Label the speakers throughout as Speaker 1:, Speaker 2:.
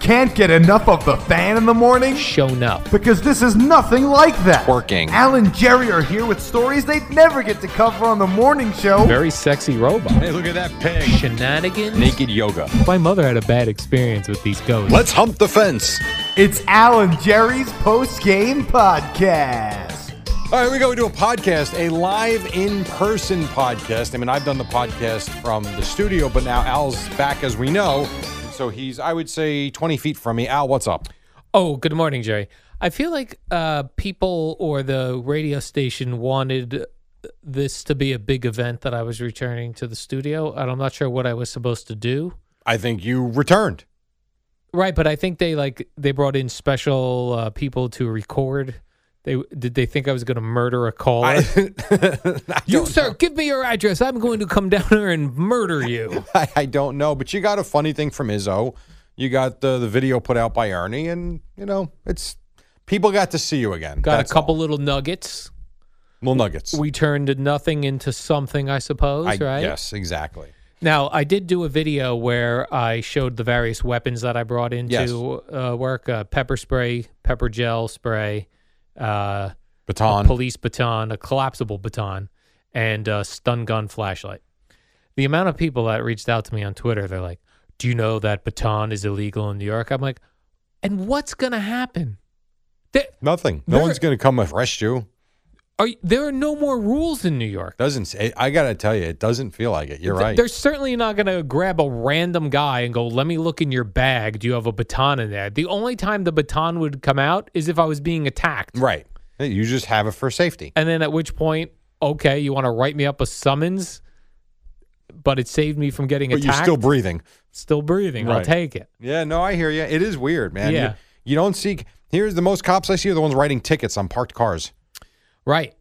Speaker 1: Can't get enough of the fan in the morning?
Speaker 2: shown up.
Speaker 1: Because this is nothing like that.
Speaker 3: Working.
Speaker 1: Al and Jerry are here with stories they'd never get to cover on the morning show.
Speaker 2: Very sexy robot.
Speaker 3: Hey, look at that pig.
Speaker 2: Shenanigans.
Speaker 3: Naked yoga.
Speaker 2: My mother had a bad experience with these ghosts.
Speaker 3: Let's hump the fence.
Speaker 1: It's Al and Jerry's post game podcast.
Speaker 3: All right, we go do a podcast, a live in person podcast. I mean, I've done the podcast from the studio, but now Al's back, as we know. So he's, I would say, 20 feet from me. Al, what's up?
Speaker 2: Oh, good morning, Jerry. I feel like uh, people or the radio station wanted this to be a big event that I was returning to the studio, and I'm not sure what I was supposed to do.
Speaker 3: I think you returned.
Speaker 2: Right, but I think they like they brought in special uh, people to record. They did they think I was going to murder a caller?
Speaker 3: I
Speaker 2: you
Speaker 3: don't
Speaker 2: sir, give me your address. I'm going to come down here and murder you.
Speaker 3: I, I don't know, but you got a funny thing from Izzo. You got the, the video put out by Ernie, and, you know, it's people got to see you again.
Speaker 2: Got
Speaker 3: That's
Speaker 2: a couple
Speaker 3: all.
Speaker 2: little nuggets.
Speaker 3: little nuggets.
Speaker 2: we turned nothing into something, I suppose,
Speaker 3: I-
Speaker 2: right?
Speaker 3: Yes, exactly.
Speaker 2: Now, I did do a video where I showed the various weapons that I brought into
Speaker 3: Yes.
Speaker 2: uh, work uh, pepper spray, pepper gel spray, uh,
Speaker 3: Baton.
Speaker 2: a police baton, a collapsible baton, and a stun gun flashlight. The amount of people that reached out to me on Twitter, they're like, Do you know that baton is illegal in New York? I'm like, And what's going to happen? There
Speaker 3: Nothing. No
Speaker 2: There-
Speaker 3: one's going to come arrest you.
Speaker 2: are, there are no more rules in New York.
Speaker 3: Doesn't say, I got to tell you, it doesn't feel like it. You're
Speaker 2: Th-
Speaker 3: right.
Speaker 2: They're certainly not going to grab a random guy and go, let me look in your bag. Do you have a baton in there? The only time the baton would come out is if I was being attacked.
Speaker 3: right. You just have it for safety.
Speaker 2: And then at which point, okay, you want to write me up a summons, but it saved me from getting
Speaker 3: But you're
Speaker 2: attacked.
Speaker 3: still breathing.
Speaker 2: Still breathing. I'll
Speaker 3: Right.
Speaker 2: take it.
Speaker 3: Yeah, no, I hear you. It is weird, man. You-
Speaker 2: Yeah.
Speaker 3: You, don't see, here's the most cops I see are the ones writing tickets on parked cars.
Speaker 2: Right.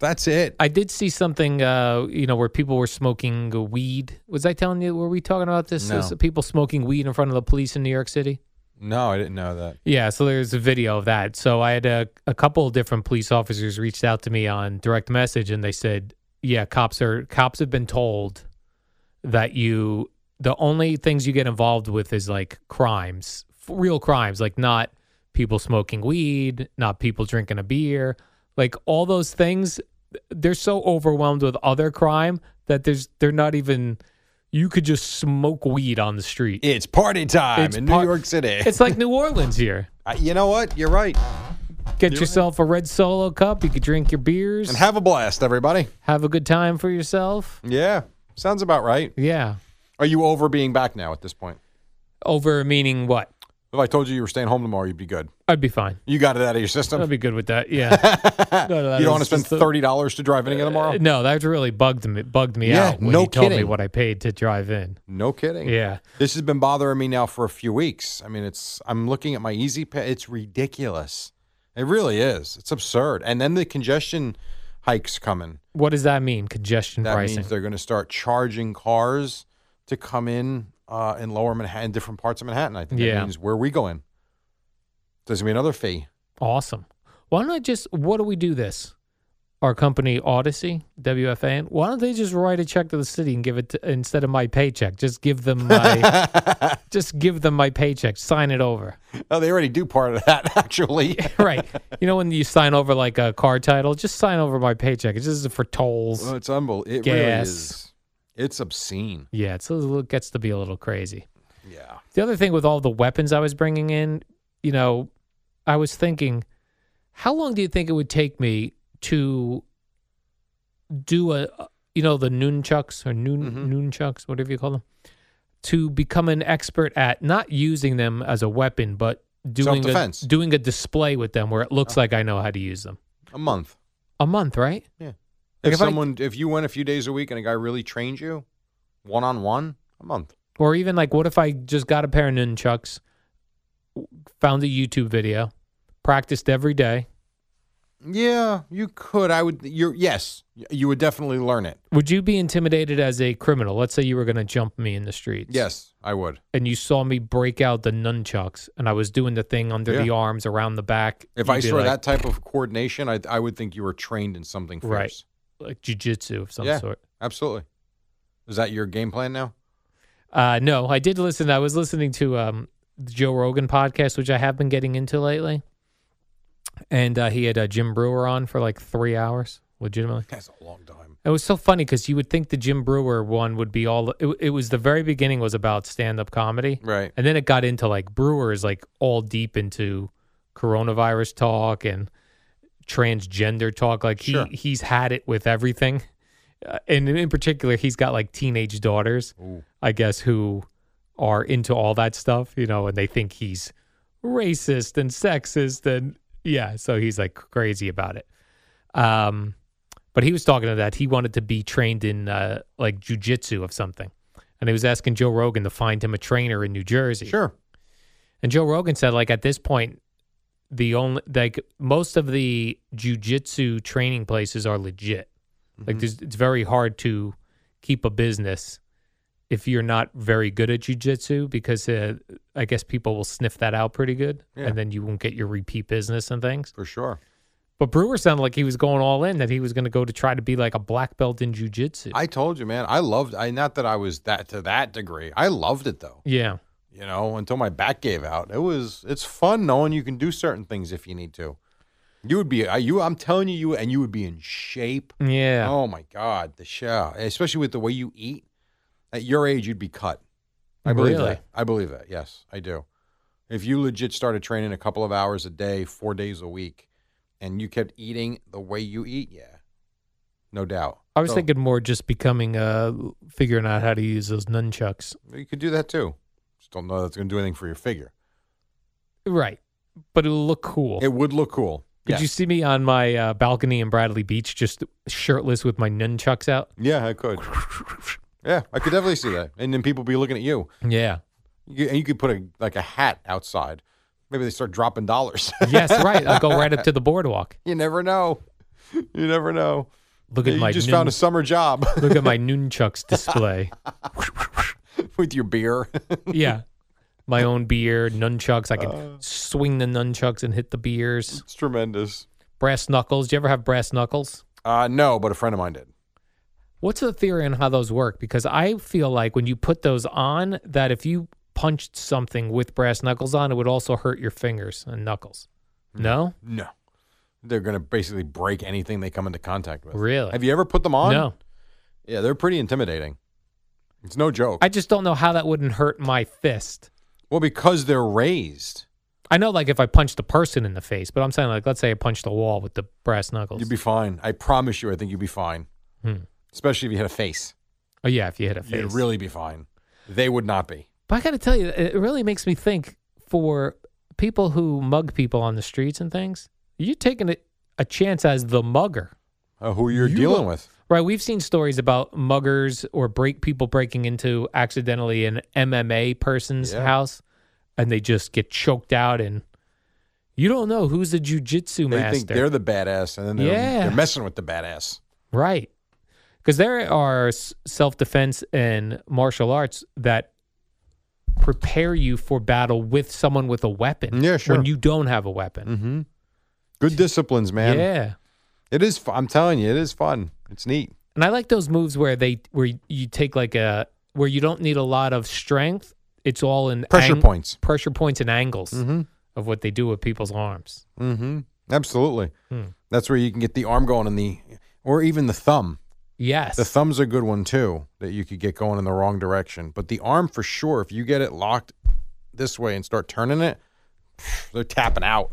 Speaker 3: That's it.
Speaker 2: I did see something, uh, you know, where people were smoking weed. Was I telling you, were we talking about this?
Speaker 3: No.
Speaker 2: Is People smoking weed in front of the police in New York City?
Speaker 3: no, I didn't know that.
Speaker 2: Yeah, so there's a video of that. So I had a, a couple of different police officers reached out to me on direct message, and they said, "Yeah, cops are cops have been told that you the only things you get involved with is like crimes, f- real crimes, like not people smoking weed, not people drinking a beer, like all those things. They're so overwhelmed with other crime that there's they're not even. You could just smoke weed on the street.
Speaker 3: It's party time
Speaker 2: It's
Speaker 3: in
Speaker 2: par-
Speaker 3: New York City.
Speaker 2: It's like New Orleans here.
Speaker 3: I- you know what? You're right.
Speaker 2: Get yourself a red solo cup. You could drink your beers.
Speaker 3: And have a blast, everybody.
Speaker 2: have a good time for yourself.
Speaker 3: Yeah. Sounds about right.
Speaker 2: Yeah.
Speaker 3: Are you over being back now at this point?
Speaker 2: Over meaning what?
Speaker 3: If I told you you were staying home tomorrow, you'd be good.
Speaker 2: I'd be fine.
Speaker 3: You got it out of your system.
Speaker 2: I'd be good with that. Yeah. No, no, that
Speaker 3: Oh. you don't want to
Speaker 2: was Uh,
Speaker 3: spend
Speaker 2: just the- Uh,
Speaker 3: thirty dollars to drive in again tomorrow.
Speaker 2: No, that really bugged me. Bugged me
Speaker 3: Yeah,
Speaker 2: out when
Speaker 3: no
Speaker 2: he told me
Speaker 3: kidding.
Speaker 2: what I paid to drive in.
Speaker 3: No kidding.
Speaker 2: Yeah.
Speaker 3: This has been bothering me now for a few weeks. I mean, it's I'm looking at my Easy Pay. It's ridiculous. It really is. It's absurd. And then the congestion hikes coming.
Speaker 2: What does that mean? Congestion
Speaker 3: That
Speaker 2: pricing.
Speaker 3: means they're going to start charging cars to come in uh, in Lower Manhattan, different parts of Manhattan. I think
Speaker 2: Yeah.
Speaker 3: that means where we going. There's gonna be another fee.
Speaker 2: Awesome. Why don't I just? What do we do this? Our company Odyssey WFAN. Why don't they just write a check to the city and give it to, instead of my paycheck? Just give them my. just give them my paycheck. Sign it over.
Speaker 3: Oh, they already do part of that actually.
Speaker 2: right. You know when you sign over like a car title, just sign over my paycheck. It's just for tolls.
Speaker 3: Well, it's unbelievable. It really
Speaker 2: Gas.
Speaker 3: is. It's obscene.
Speaker 2: yeah, it's a little, gets to be a little crazy.
Speaker 3: Yeah.
Speaker 2: The other thing with all the weapons I was bringing in, you know, I was thinking, how long do you think it would take me to do a, you know, the nunchucks or noon
Speaker 3: Mm-hmm.
Speaker 2: nunchucks, whatever you call them, to become an expert at not using them as a weapon, but doing a,
Speaker 3: Self-defense. Uh-huh.
Speaker 2: doing a display with them where it looks like I know how to use them.
Speaker 3: A month.
Speaker 2: A month, right?
Speaker 3: If,
Speaker 2: Like, if I-
Speaker 3: someone, if you went a few days a week and a guy really trained you, one on one, a month.
Speaker 2: Or even like, what if I just got a pair of nunchucks, found a YouTube video, practiced every day?
Speaker 3: Yeah, you could. I would. You're yes. You would definitely learn it.
Speaker 2: Would you be intimidated as a criminal? Let's say you were going to jump me in the streets.
Speaker 3: Yes, I would.
Speaker 2: And you saw me break out the nunchucks and I was doing the thing under
Speaker 3: Yeah.
Speaker 2: the arms, around the back.
Speaker 3: If
Speaker 2: you'd
Speaker 3: I
Speaker 2: be
Speaker 3: saw
Speaker 2: like,
Speaker 3: that type of coordination, I I would think you were trained in something fierce.
Speaker 2: Right. Like jujitsu of some
Speaker 3: yeah,
Speaker 2: sort.
Speaker 3: absolutely. Is that your game plan now?
Speaker 2: Uh, no, I did listen. I was listening to um, the Joe Rogan podcast, which I have been getting into lately. And uh, he had uh, Jim Brewer on for like three hours, legitimately.
Speaker 3: That's a long time.
Speaker 2: It was so funny because you would think the Jim Brewer one would be all. It, it was the very beginning was about stand up comedy,
Speaker 3: Right.
Speaker 2: and then it got into like Brewer is like all deep into coronavirus talk and transgender talk. Like he
Speaker 3: Sure.
Speaker 2: he's had it with everything, uh, and in particular, he's got like teenage daughters, I guess, who are into all that stuff, you know, and they think he's racist and sexist and yeah, so he's like crazy about it. Um, but he was talking to that he wanted to be trained in uh, like jujitsu of something, and he was asking Joe Rogan to find him a trainer in New Jersey.
Speaker 3: Sure.
Speaker 2: And Joe Rogan said, like at this point, the only like most of the jujitsu training places are legit. Like
Speaker 3: Mm-hmm.
Speaker 2: there's, it's very hard to keep a business if you're not very good at jujitsu because uh, I guess people will sniff that out pretty good,
Speaker 3: Yeah.
Speaker 2: and then you won't get your repeat business and things.
Speaker 3: For sure.
Speaker 2: But Brewer sounded like he was going all in that he was going to go to try to be like a black belt in jujitsu.
Speaker 3: I told you, man. I loved. I not that I was that to that degree. I loved it though.
Speaker 2: Yeah.
Speaker 3: You know, until my back gave out. It was. It's fun knowing you can do certain things if you need to. You would be. I, you. I'm telling you, you and you would be in shape.
Speaker 2: Yeah.
Speaker 3: Oh my God, the show, especially with the way you eat. At your age, you'd be cut. I believe
Speaker 2: Really?
Speaker 3: that. I believe that. Yes, I do. If you legit started training a couple of hours a day, four days a week, and you kept eating the way you eat, yeah, no doubt.
Speaker 2: I was
Speaker 3: So,
Speaker 2: thinking more just becoming, uh, figuring out how to use those nunchucks.
Speaker 3: you could do that too. Just don't know that's going to do anything for your figure.
Speaker 2: Right. But it'll look cool.
Speaker 3: It would look cool.
Speaker 2: Could
Speaker 3: yes.
Speaker 2: you see me on my uh, balcony in Bradley Beach just shirtless with my nunchucks out?
Speaker 3: Yeah, I could. yeah, I could definitely see that. And then people be looking at you.
Speaker 2: Yeah.
Speaker 3: you and you could put a like a hat outside. Maybe they start dropping dollars.
Speaker 2: Yes, right. I'll go right up to the boardwalk.
Speaker 3: You never know. You never know.
Speaker 2: Look at
Speaker 3: You
Speaker 2: my
Speaker 3: just
Speaker 2: nun-
Speaker 3: found a summer job
Speaker 2: look at my nunchucks display.
Speaker 3: with your beer.
Speaker 2: yeah. My own beer, nunchucks. I can
Speaker 3: Uh.
Speaker 2: swing the nunchucks and hit the beers.
Speaker 3: it's tremendous.
Speaker 2: Brass knuckles. Do you ever have brass knuckles?
Speaker 3: Uh, no, but a friend of mine did.
Speaker 2: What's the theory on how those work? Because I feel like when you put those on, that if you punched something with brass knuckles on, it would also hurt your fingers and knuckles.
Speaker 3: Hmm.
Speaker 2: No?
Speaker 3: No, they're gonna basically break anything they come into contact with.
Speaker 2: Really?
Speaker 3: Have you ever put them on?
Speaker 2: No.
Speaker 3: Yeah, they're pretty intimidating. It's no joke.
Speaker 2: I just don't know how that wouldn't hurt my fist.
Speaker 3: well, because they're raised,
Speaker 2: I know, like, if I punched a person in the face, but I'm saying, like, let's say I punched a wall with the brass knuckles.
Speaker 3: you'd be fine. I promise you. I think you'd be fine.
Speaker 2: Hmm.
Speaker 3: Especially if you had a face,
Speaker 2: oh, yeah, if you hit a face.
Speaker 3: you'd really be fine. They would not be.
Speaker 2: But I got to tell you, it really makes me think for people who mug people on the streets and things, you're taking a, a chance as the mugger.
Speaker 3: Uh, who you're dealing with?
Speaker 2: Right, we've seen stories about muggers or break people breaking into accidentally an MMA person's
Speaker 3: Yeah.
Speaker 2: house, and they just get choked out, and you don't know who's the jujitsu
Speaker 3: They
Speaker 2: master.
Speaker 3: think they're the badass, and then they're,
Speaker 2: Yeah.
Speaker 3: they're messing with the badass.
Speaker 2: Right. Because there are s- self defense and martial arts that prepare you for battle with someone with a weapon.
Speaker 3: Yeah, sure. Mm-hmm.
Speaker 2: When you don't have a weapon.
Speaker 3: Good disciplines, man.
Speaker 2: Yeah.
Speaker 3: It is. Fu- I'm telling you, it is fun. It's neat.
Speaker 2: And I like those moves where they where you take like a where you don't need a lot of strength. It's all in
Speaker 3: Pressure
Speaker 2: ang-
Speaker 3: points.
Speaker 2: pressure points, and angles of what they do with people's arms.
Speaker 3: Mm-hmm. Absolutely. That's where you can get the arm going and the, or even the thumb.
Speaker 2: Yes.
Speaker 3: The thumb's a good one too that you could get going in the wrong direction. But the arm for sure, if you get it locked this way and start turning it, they're tapping out.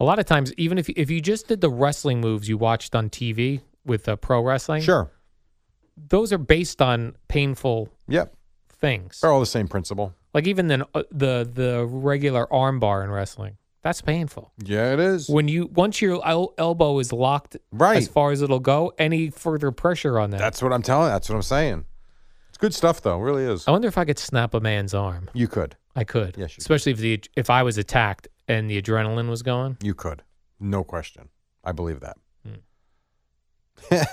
Speaker 2: a lot of times, even if if you just did the wrestling moves you watched on TV with uh, pro wrestling,
Speaker 3: Sure.
Speaker 2: those are based on painful
Speaker 3: Yep.
Speaker 2: things.
Speaker 3: They're all the same principle.
Speaker 2: Like even then, uh, the the regular armbar in wrestling, that's painful.
Speaker 3: Yeah, it is.
Speaker 2: When you once your el- elbow is locked
Speaker 3: Right.
Speaker 2: as far as it'll go, any further pressure on that,
Speaker 3: That's what I'm telling. That's what I'm saying. It's good stuff, though. It really is.
Speaker 2: I wonder if I could snap a man's arm.
Speaker 3: You could.
Speaker 2: I could.
Speaker 3: Yes, you could.
Speaker 2: Especially if the if I was attacked and the adrenaline was going.
Speaker 3: You could. No question. I believe that.
Speaker 2: This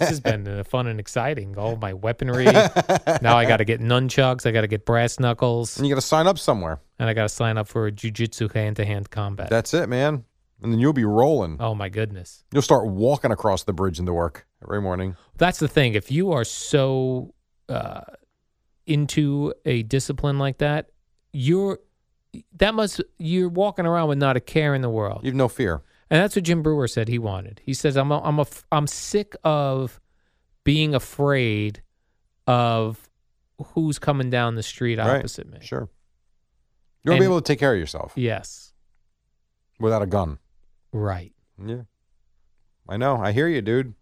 Speaker 2: has been uh, fun and exciting. All my weaponry. now I got to get nunchucks. I got to get brass knuckles,
Speaker 3: And you got to sign up somewhere.
Speaker 2: and I got to sign up for a jujitsu hand-to-hand combat.
Speaker 3: That's it, man. And then you'll be rolling.
Speaker 2: oh my goodness.
Speaker 3: You'll start walking across the bridge into work every morning.
Speaker 2: That's the thing. If you are so uh, into a discipline like that, you're that must you're walking around with not a care in the world.
Speaker 3: You've no fear.
Speaker 2: And that's what Jim Brewer said he wanted. He says, "I'm a, I'm a, f- I'm sick of being afraid of who's coming down the street
Speaker 3: Right.
Speaker 2: opposite me."
Speaker 3: Sure. You'll be
Speaker 2: And-
Speaker 3: able to take care of yourself
Speaker 2: Yes,
Speaker 3: without a gun.
Speaker 2: right.
Speaker 3: Yeah. I know. I hear you, dude.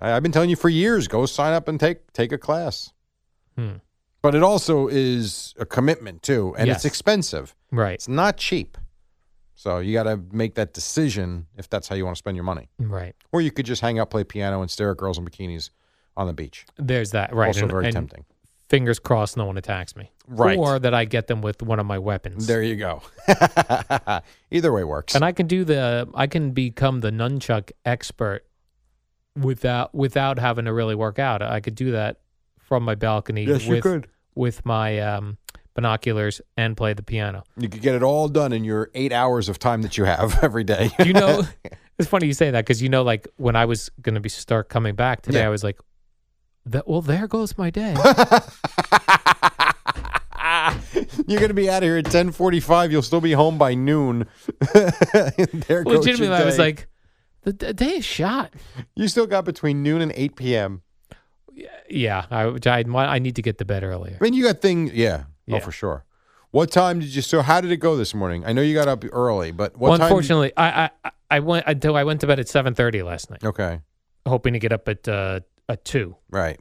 Speaker 3: I, I've been telling you for years, go sign up and take take a class.
Speaker 2: Hmm.
Speaker 3: But it also is a commitment too, and
Speaker 2: Yes.
Speaker 3: it's expensive.
Speaker 2: Right,
Speaker 3: It's not cheap. So you got to make that decision if that's how you want to spend your money.
Speaker 2: right.
Speaker 3: Or you could just hang out, play piano, and stare at girls in bikinis on the beach.
Speaker 2: There's that. Right.
Speaker 3: Also
Speaker 2: And-
Speaker 3: very
Speaker 2: and
Speaker 3: tempting.
Speaker 2: Fingers crossed, no one attacks me.
Speaker 3: Right.
Speaker 2: Or that I get them with one of my weapons.
Speaker 3: There you go. Either way works.
Speaker 2: and I can do the. I can become the nunchuck expert without without having to really work out. I could do that from my balcony
Speaker 3: Yes, you
Speaker 2: with
Speaker 3: could.
Speaker 2: with my um, binoculars and play the piano.
Speaker 3: you could get it all done in your eight hours of time that you have every day.
Speaker 2: Do you know? it's funny you say that because you know, like when I was going to be start coming back today,
Speaker 3: Yeah.
Speaker 2: I was like, "That well, there goes my day."
Speaker 3: You're going to be out of here at 10:45. You'll still be home by noon. there goes your
Speaker 2: Legitimately, I was
Speaker 3: day.
Speaker 2: like, "The, the day is shot."
Speaker 3: you still got between noon and 8 p.m.
Speaker 2: Yeah, I which I I need to get to bed earlier.
Speaker 3: I mean, you got things. Yeah.
Speaker 2: Yeah.
Speaker 3: Oh, for sure. What time did you? So, how did it go this morning? I know you got up early, but what
Speaker 2: well,
Speaker 3: time?
Speaker 2: unfortunately, I, I- I I went until I went to bed at seven thirty last night,
Speaker 3: Okay.
Speaker 2: hoping to get up at uh, at two.
Speaker 3: Right.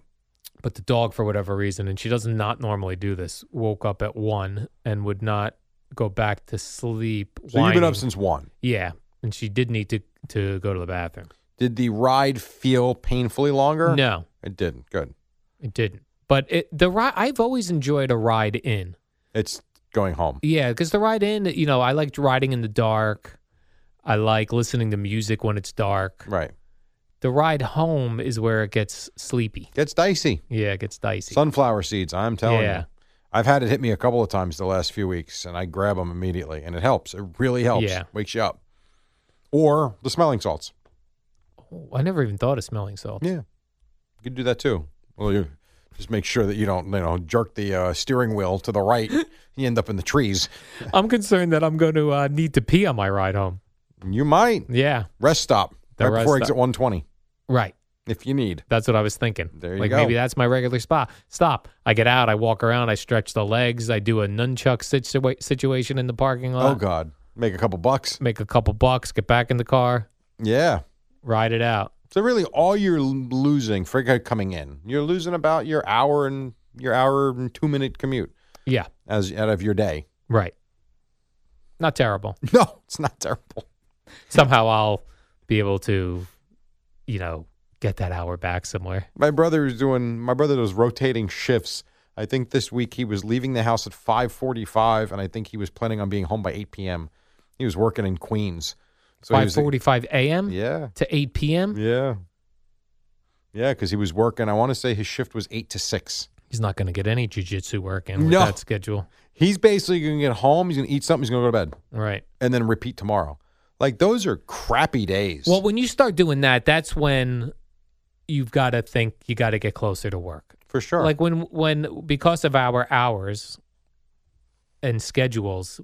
Speaker 2: But the dog, for whatever reason, and she does not normally do this, woke up at one and would not go back to sleep.
Speaker 3: So you've been
Speaker 2: whining.
Speaker 3: up since one.
Speaker 2: Yeah, and she did need to to go to the bathroom.
Speaker 3: Did the ride feel painfully longer?
Speaker 2: No,
Speaker 3: it didn't. Good.
Speaker 2: it didn't. But it, the ride, I've always enjoyed a ride in.
Speaker 3: It's going home.
Speaker 2: Yeah, because the ride in, you know, I liked riding in the dark. I like listening to music when it's dark.
Speaker 3: Right.
Speaker 2: The ride home is where it gets sleepy.
Speaker 3: Gets dicey.
Speaker 2: Yeah, it gets dicey.
Speaker 3: Sunflower seeds. I'm telling
Speaker 2: Yeah.
Speaker 3: you. I've had it hit me a couple of times the last few weeks, and I grab them immediately, and it helps. It really helps.
Speaker 2: Yeah.
Speaker 3: Wakes you up. Or the smelling salts.
Speaker 2: Oh, I never even thought of smelling salt.
Speaker 3: Yeah, you could do that too. Well, you just make sure that you don't, you know, jerk the uh, steering wheel to the right. you end up in the trees.
Speaker 2: I'm concerned that I'm going to uh, need to pee on my ride home.
Speaker 3: You might
Speaker 2: Yeah,
Speaker 3: rest stop
Speaker 2: The
Speaker 3: right
Speaker 2: rest
Speaker 3: before
Speaker 2: stop.
Speaker 3: exit 120
Speaker 2: right.
Speaker 3: if you need.
Speaker 2: That's what I was thinking.
Speaker 3: There you
Speaker 2: like
Speaker 3: go.
Speaker 2: maybe that's my regular spot. Stop. I get out. I walk around. I stretch the legs. I do a nunchuck situa- situation in the parking lot.
Speaker 3: oh God, make a couple bucks.
Speaker 2: Make a couple bucks. Get back in the car.
Speaker 3: Yeah.
Speaker 2: Ride it out.
Speaker 3: So really, all you're l- losing for c- coming in, you're losing about your hour and your hour and two minute commute
Speaker 2: Yeah.
Speaker 3: as out of your day.
Speaker 2: Right. Not terrible.
Speaker 3: No, it's not terrible.
Speaker 2: Somehow I'll be able to, you know, get that hour back somewhere.
Speaker 3: My brother is doing. My brother does rotating shifts. I think this week he was leaving the house at 5:45, and I think he was planning on being home by 8 p.m. He was working in Queens. So he
Speaker 2: Five
Speaker 3: was-
Speaker 2: forty-five a.m.
Speaker 3: Yeah,
Speaker 2: to eight p.m.
Speaker 3: yeah, yeah. Because he was working. I want to say his shift was eight to six.
Speaker 2: He's not going to get any jujitsu work in with
Speaker 3: No.
Speaker 2: that schedule.
Speaker 3: He's basically going to get home. He's going to eat something. He's going to go to bed,
Speaker 2: Right.
Speaker 3: and then repeat tomorrow. Like those are crappy days.
Speaker 2: Well, when you start doing that, that's when you've got to think you got to get closer to work.
Speaker 3: for sure.
Speaker 2: Like when when because of our hours and schedules,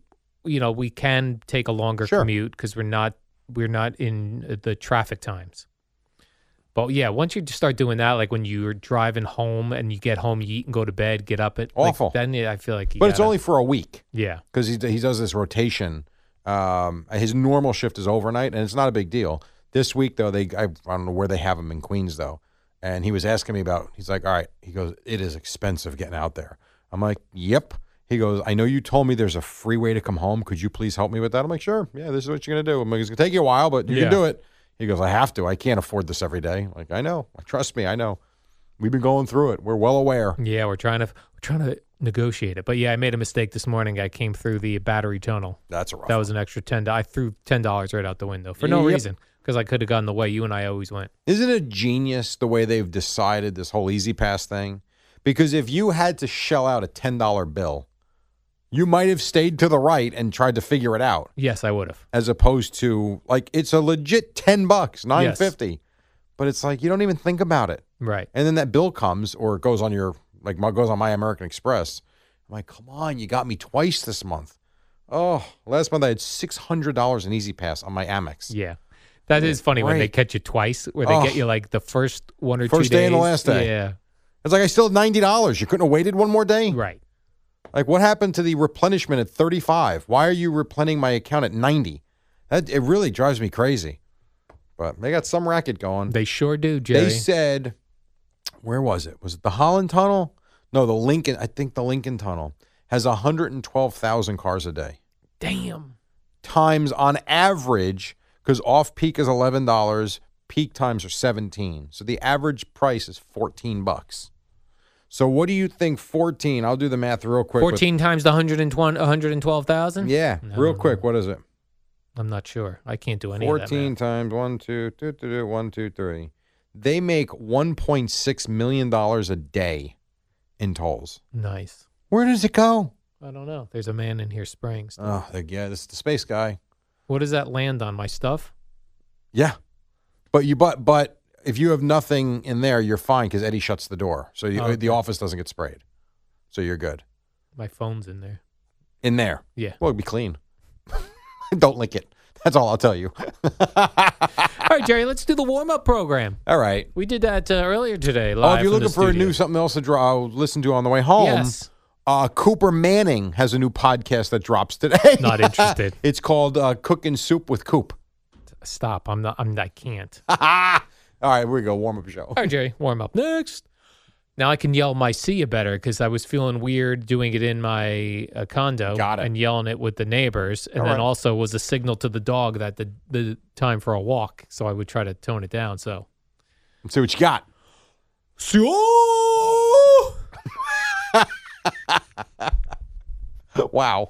Speaker 2: you know, we can take a longer
Speaker 3: Sure.
Speaker 2: commute because we're not we're not in the traffic times. But yeah, once you just start doing that, like when you're driving home and you get home, you eat and go to bed, get up at like,
Speaker 3: Awful.
Speaker 2: then yeah, I feel like you
Speaker 3: but it's
Speaker 2: gotta-
Speaker 3: only for a week.
Speaker 2: yeah
Speaker 3: because he, he does this rotation. Um, his normal shift is overnight, and it's not a big deal. This week, though, they I, I don't know where they have him in Queens though, and he was asking me about. He's like, "All right," he goes, "It is expensive getting out there." I'm like, "Yep." He goes, "I know you told me there's a free way to come home. Could you please help me with that?" I'm like, "Sure, yeah, this is what you're gonna do." I'm like, "It's gonna take you a while, but you
Speaker 2: Yeah.
Speaker 3: can do it." He goes, "I have to. I can't afford this every day." I'm like, "I know. Trust me, I know." We've been going through it. We're well aware.
Speaker 2: Yeah, we're trying to we're trying to negotiate it. But yeah, I made a mistake this morning. I came through the battery tunnel.
Speaker 3: That's a rough.
Speaker 2: That was an extra ten. do- I threw ten dollars right out the window for no
Speaker 3: Yep.
Speaker 2: reason because I could have gotten the way you and I always went.
Speaker 3: Isn't it genius the way they've decided this whole Easy Pass thing? Because if you had to shell out a $10 bill, you might have stayed to the right and tried to figure it out
Speaker 2: Yes, I would have.
Speaker 3: as opposed to like it's a legit 10 bucks, 950. But it's like you don't even think about it.
Speaker 2: Right.
Speaker 3: And then that bill comes or it goes on your like my goes on my American Express. I'm like, "Come on, you got me twice this month." Oh, last month I had $600 in Easy Pass on my Amex.
Speaker 2: Yeah. that is funny when they
Speaker 3: Right.
Speaker 2: catch you twice, where they
Speaker 3: Oh.
Speaker 2: get you like the first one or
Speaker 3: First
Speaker 2: two
Speaker 3: day
Speaker 2: days.
Speaker 3: and the last day.
Speaker 2: Yeah.
Speaker 3: It's like I still had $90. You couldn't have waited one more day?
Speaker 2: Right.
Speaker 3: Like, what happened to the replenishment at 35? Why are you replenishing my account at 90? That it really drives me crazy. But they got some racket going.
Speaker 2: They sure do, Jerry.
Speaker 3: They said, where was it? Was it the Holland Tunnel? No, the Lincoln. I think the Lincoln Tunnel has 112,000 cars a day.
Speaker 2: Damn.
Speaker 3: Times on average, because off peak is $11, peak times are 17. So the average price is 14 bucks. So what do you think 14? I'll do the math real quick. with-
Speaker 2: Fourteen times the hundred and twenty, one hundred and twelve thousand.
Speaker 3: Yeah,
Speaker 2: No,
Speaker 3: real
Speaker 2: no,
Speaker 3: quick, what is it?
Speaker 2: I'm not sure. I can't do any of that.
Speaker 3: 14
Speaker 2: math.
Speaker 3: times one, two, two, two, two, one, two, three. They make $1.6 million a day in tolls.
Speaker 2: Nice.
Speaker 3: Where does it go?
Speaker 2: I don't know. There's a man in here spraying stuff.
Speaker 3: Oh, the, yeah, this is the space guy.
Speaker 2: What does that land on? My stuff?
Speaker 3: Yeah. But you but but if you have nothing in there, you're fine because Eddie shuts the door. So you,
Speaker 2: Oh,
Speaker 3: the office doesn't get sprayed. So you're good.
Speaker 2: My phone's in there.
Speaker 3: In there.
Speaker 2: Yeah.
Speaker 3: Well, it'd be clean. Don't lick it. That's all I'll tell you.
Speaker 2: All right, Jerry, let's do the warm up program.
Speaker 3: all right.
Speaker 2: We did that uh, earlier today.
Speaker 3: Oh,
Speaker 2: Live
Speaker 3: if you're
Speaker 2: from the
Speaker 3: looking for a
Speaker 2: studio.
Speaker 3: new something else to draw, listen to on the way home.
Speaker 2: Yes.
Speaker 3: Uh, Cooper Manning has a new podcast that drops today.
Speaker 2: Not interested.
Speaker 3: it's called uh, Cooking Soup with Coop.
Speaker 2: Stop. I'm not. I'm. I can't. All
Speaker 3: All right, here we go. Warm up show.
Speaker 2: right, Jerry. Warm up next. Now I can yell my see you better because I was feeling weird doing it in my uh, condo
Speaker 3: Got it.
Speaker 2: and yelling it with the neighbors, and
Speaker 3: All
Speaker 2: then
Speaker 3: right.
Speaker 2: also was a signal to the dog that the the time for a walk. So I would try to tone it down. So.
Speaker 3: Let's see what you got. Wow.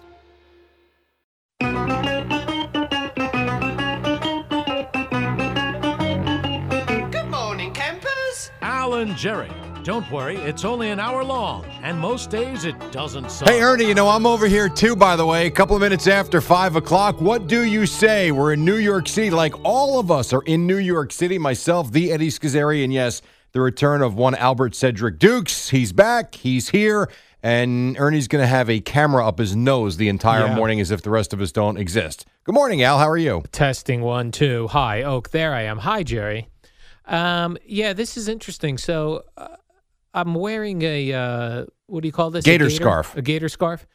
Speaker 4: Al and Jerry. Don't worry, it's only an hour long, and most days it doesn't suck.
Speaker 3: Hey, Ernie, you know, I'm over here too, by the way. A couple of minutes after 5 o'clock. What do you say? We're in New York City. Like all of us are in New York City. Myself, the Eddie Schizzeri, and yes, the return of one Albert Cedric Dukes. He's back, he's here, and Ernie's going to have a camera up his nose the entire
Speaker 2: Yeah.
Speaker 3: morning as if the rest of us don't exist. Good morning, Al. How are you?
Speaker 2: Testing one, two. Hi, Oak. There I am. Hi, Jerry. Um, yeah, this is interesting. So uh, I'm wearing a uh, what do you call this? A
Speaker 3: Gator scarf.
Speaker 2: A gator scarf.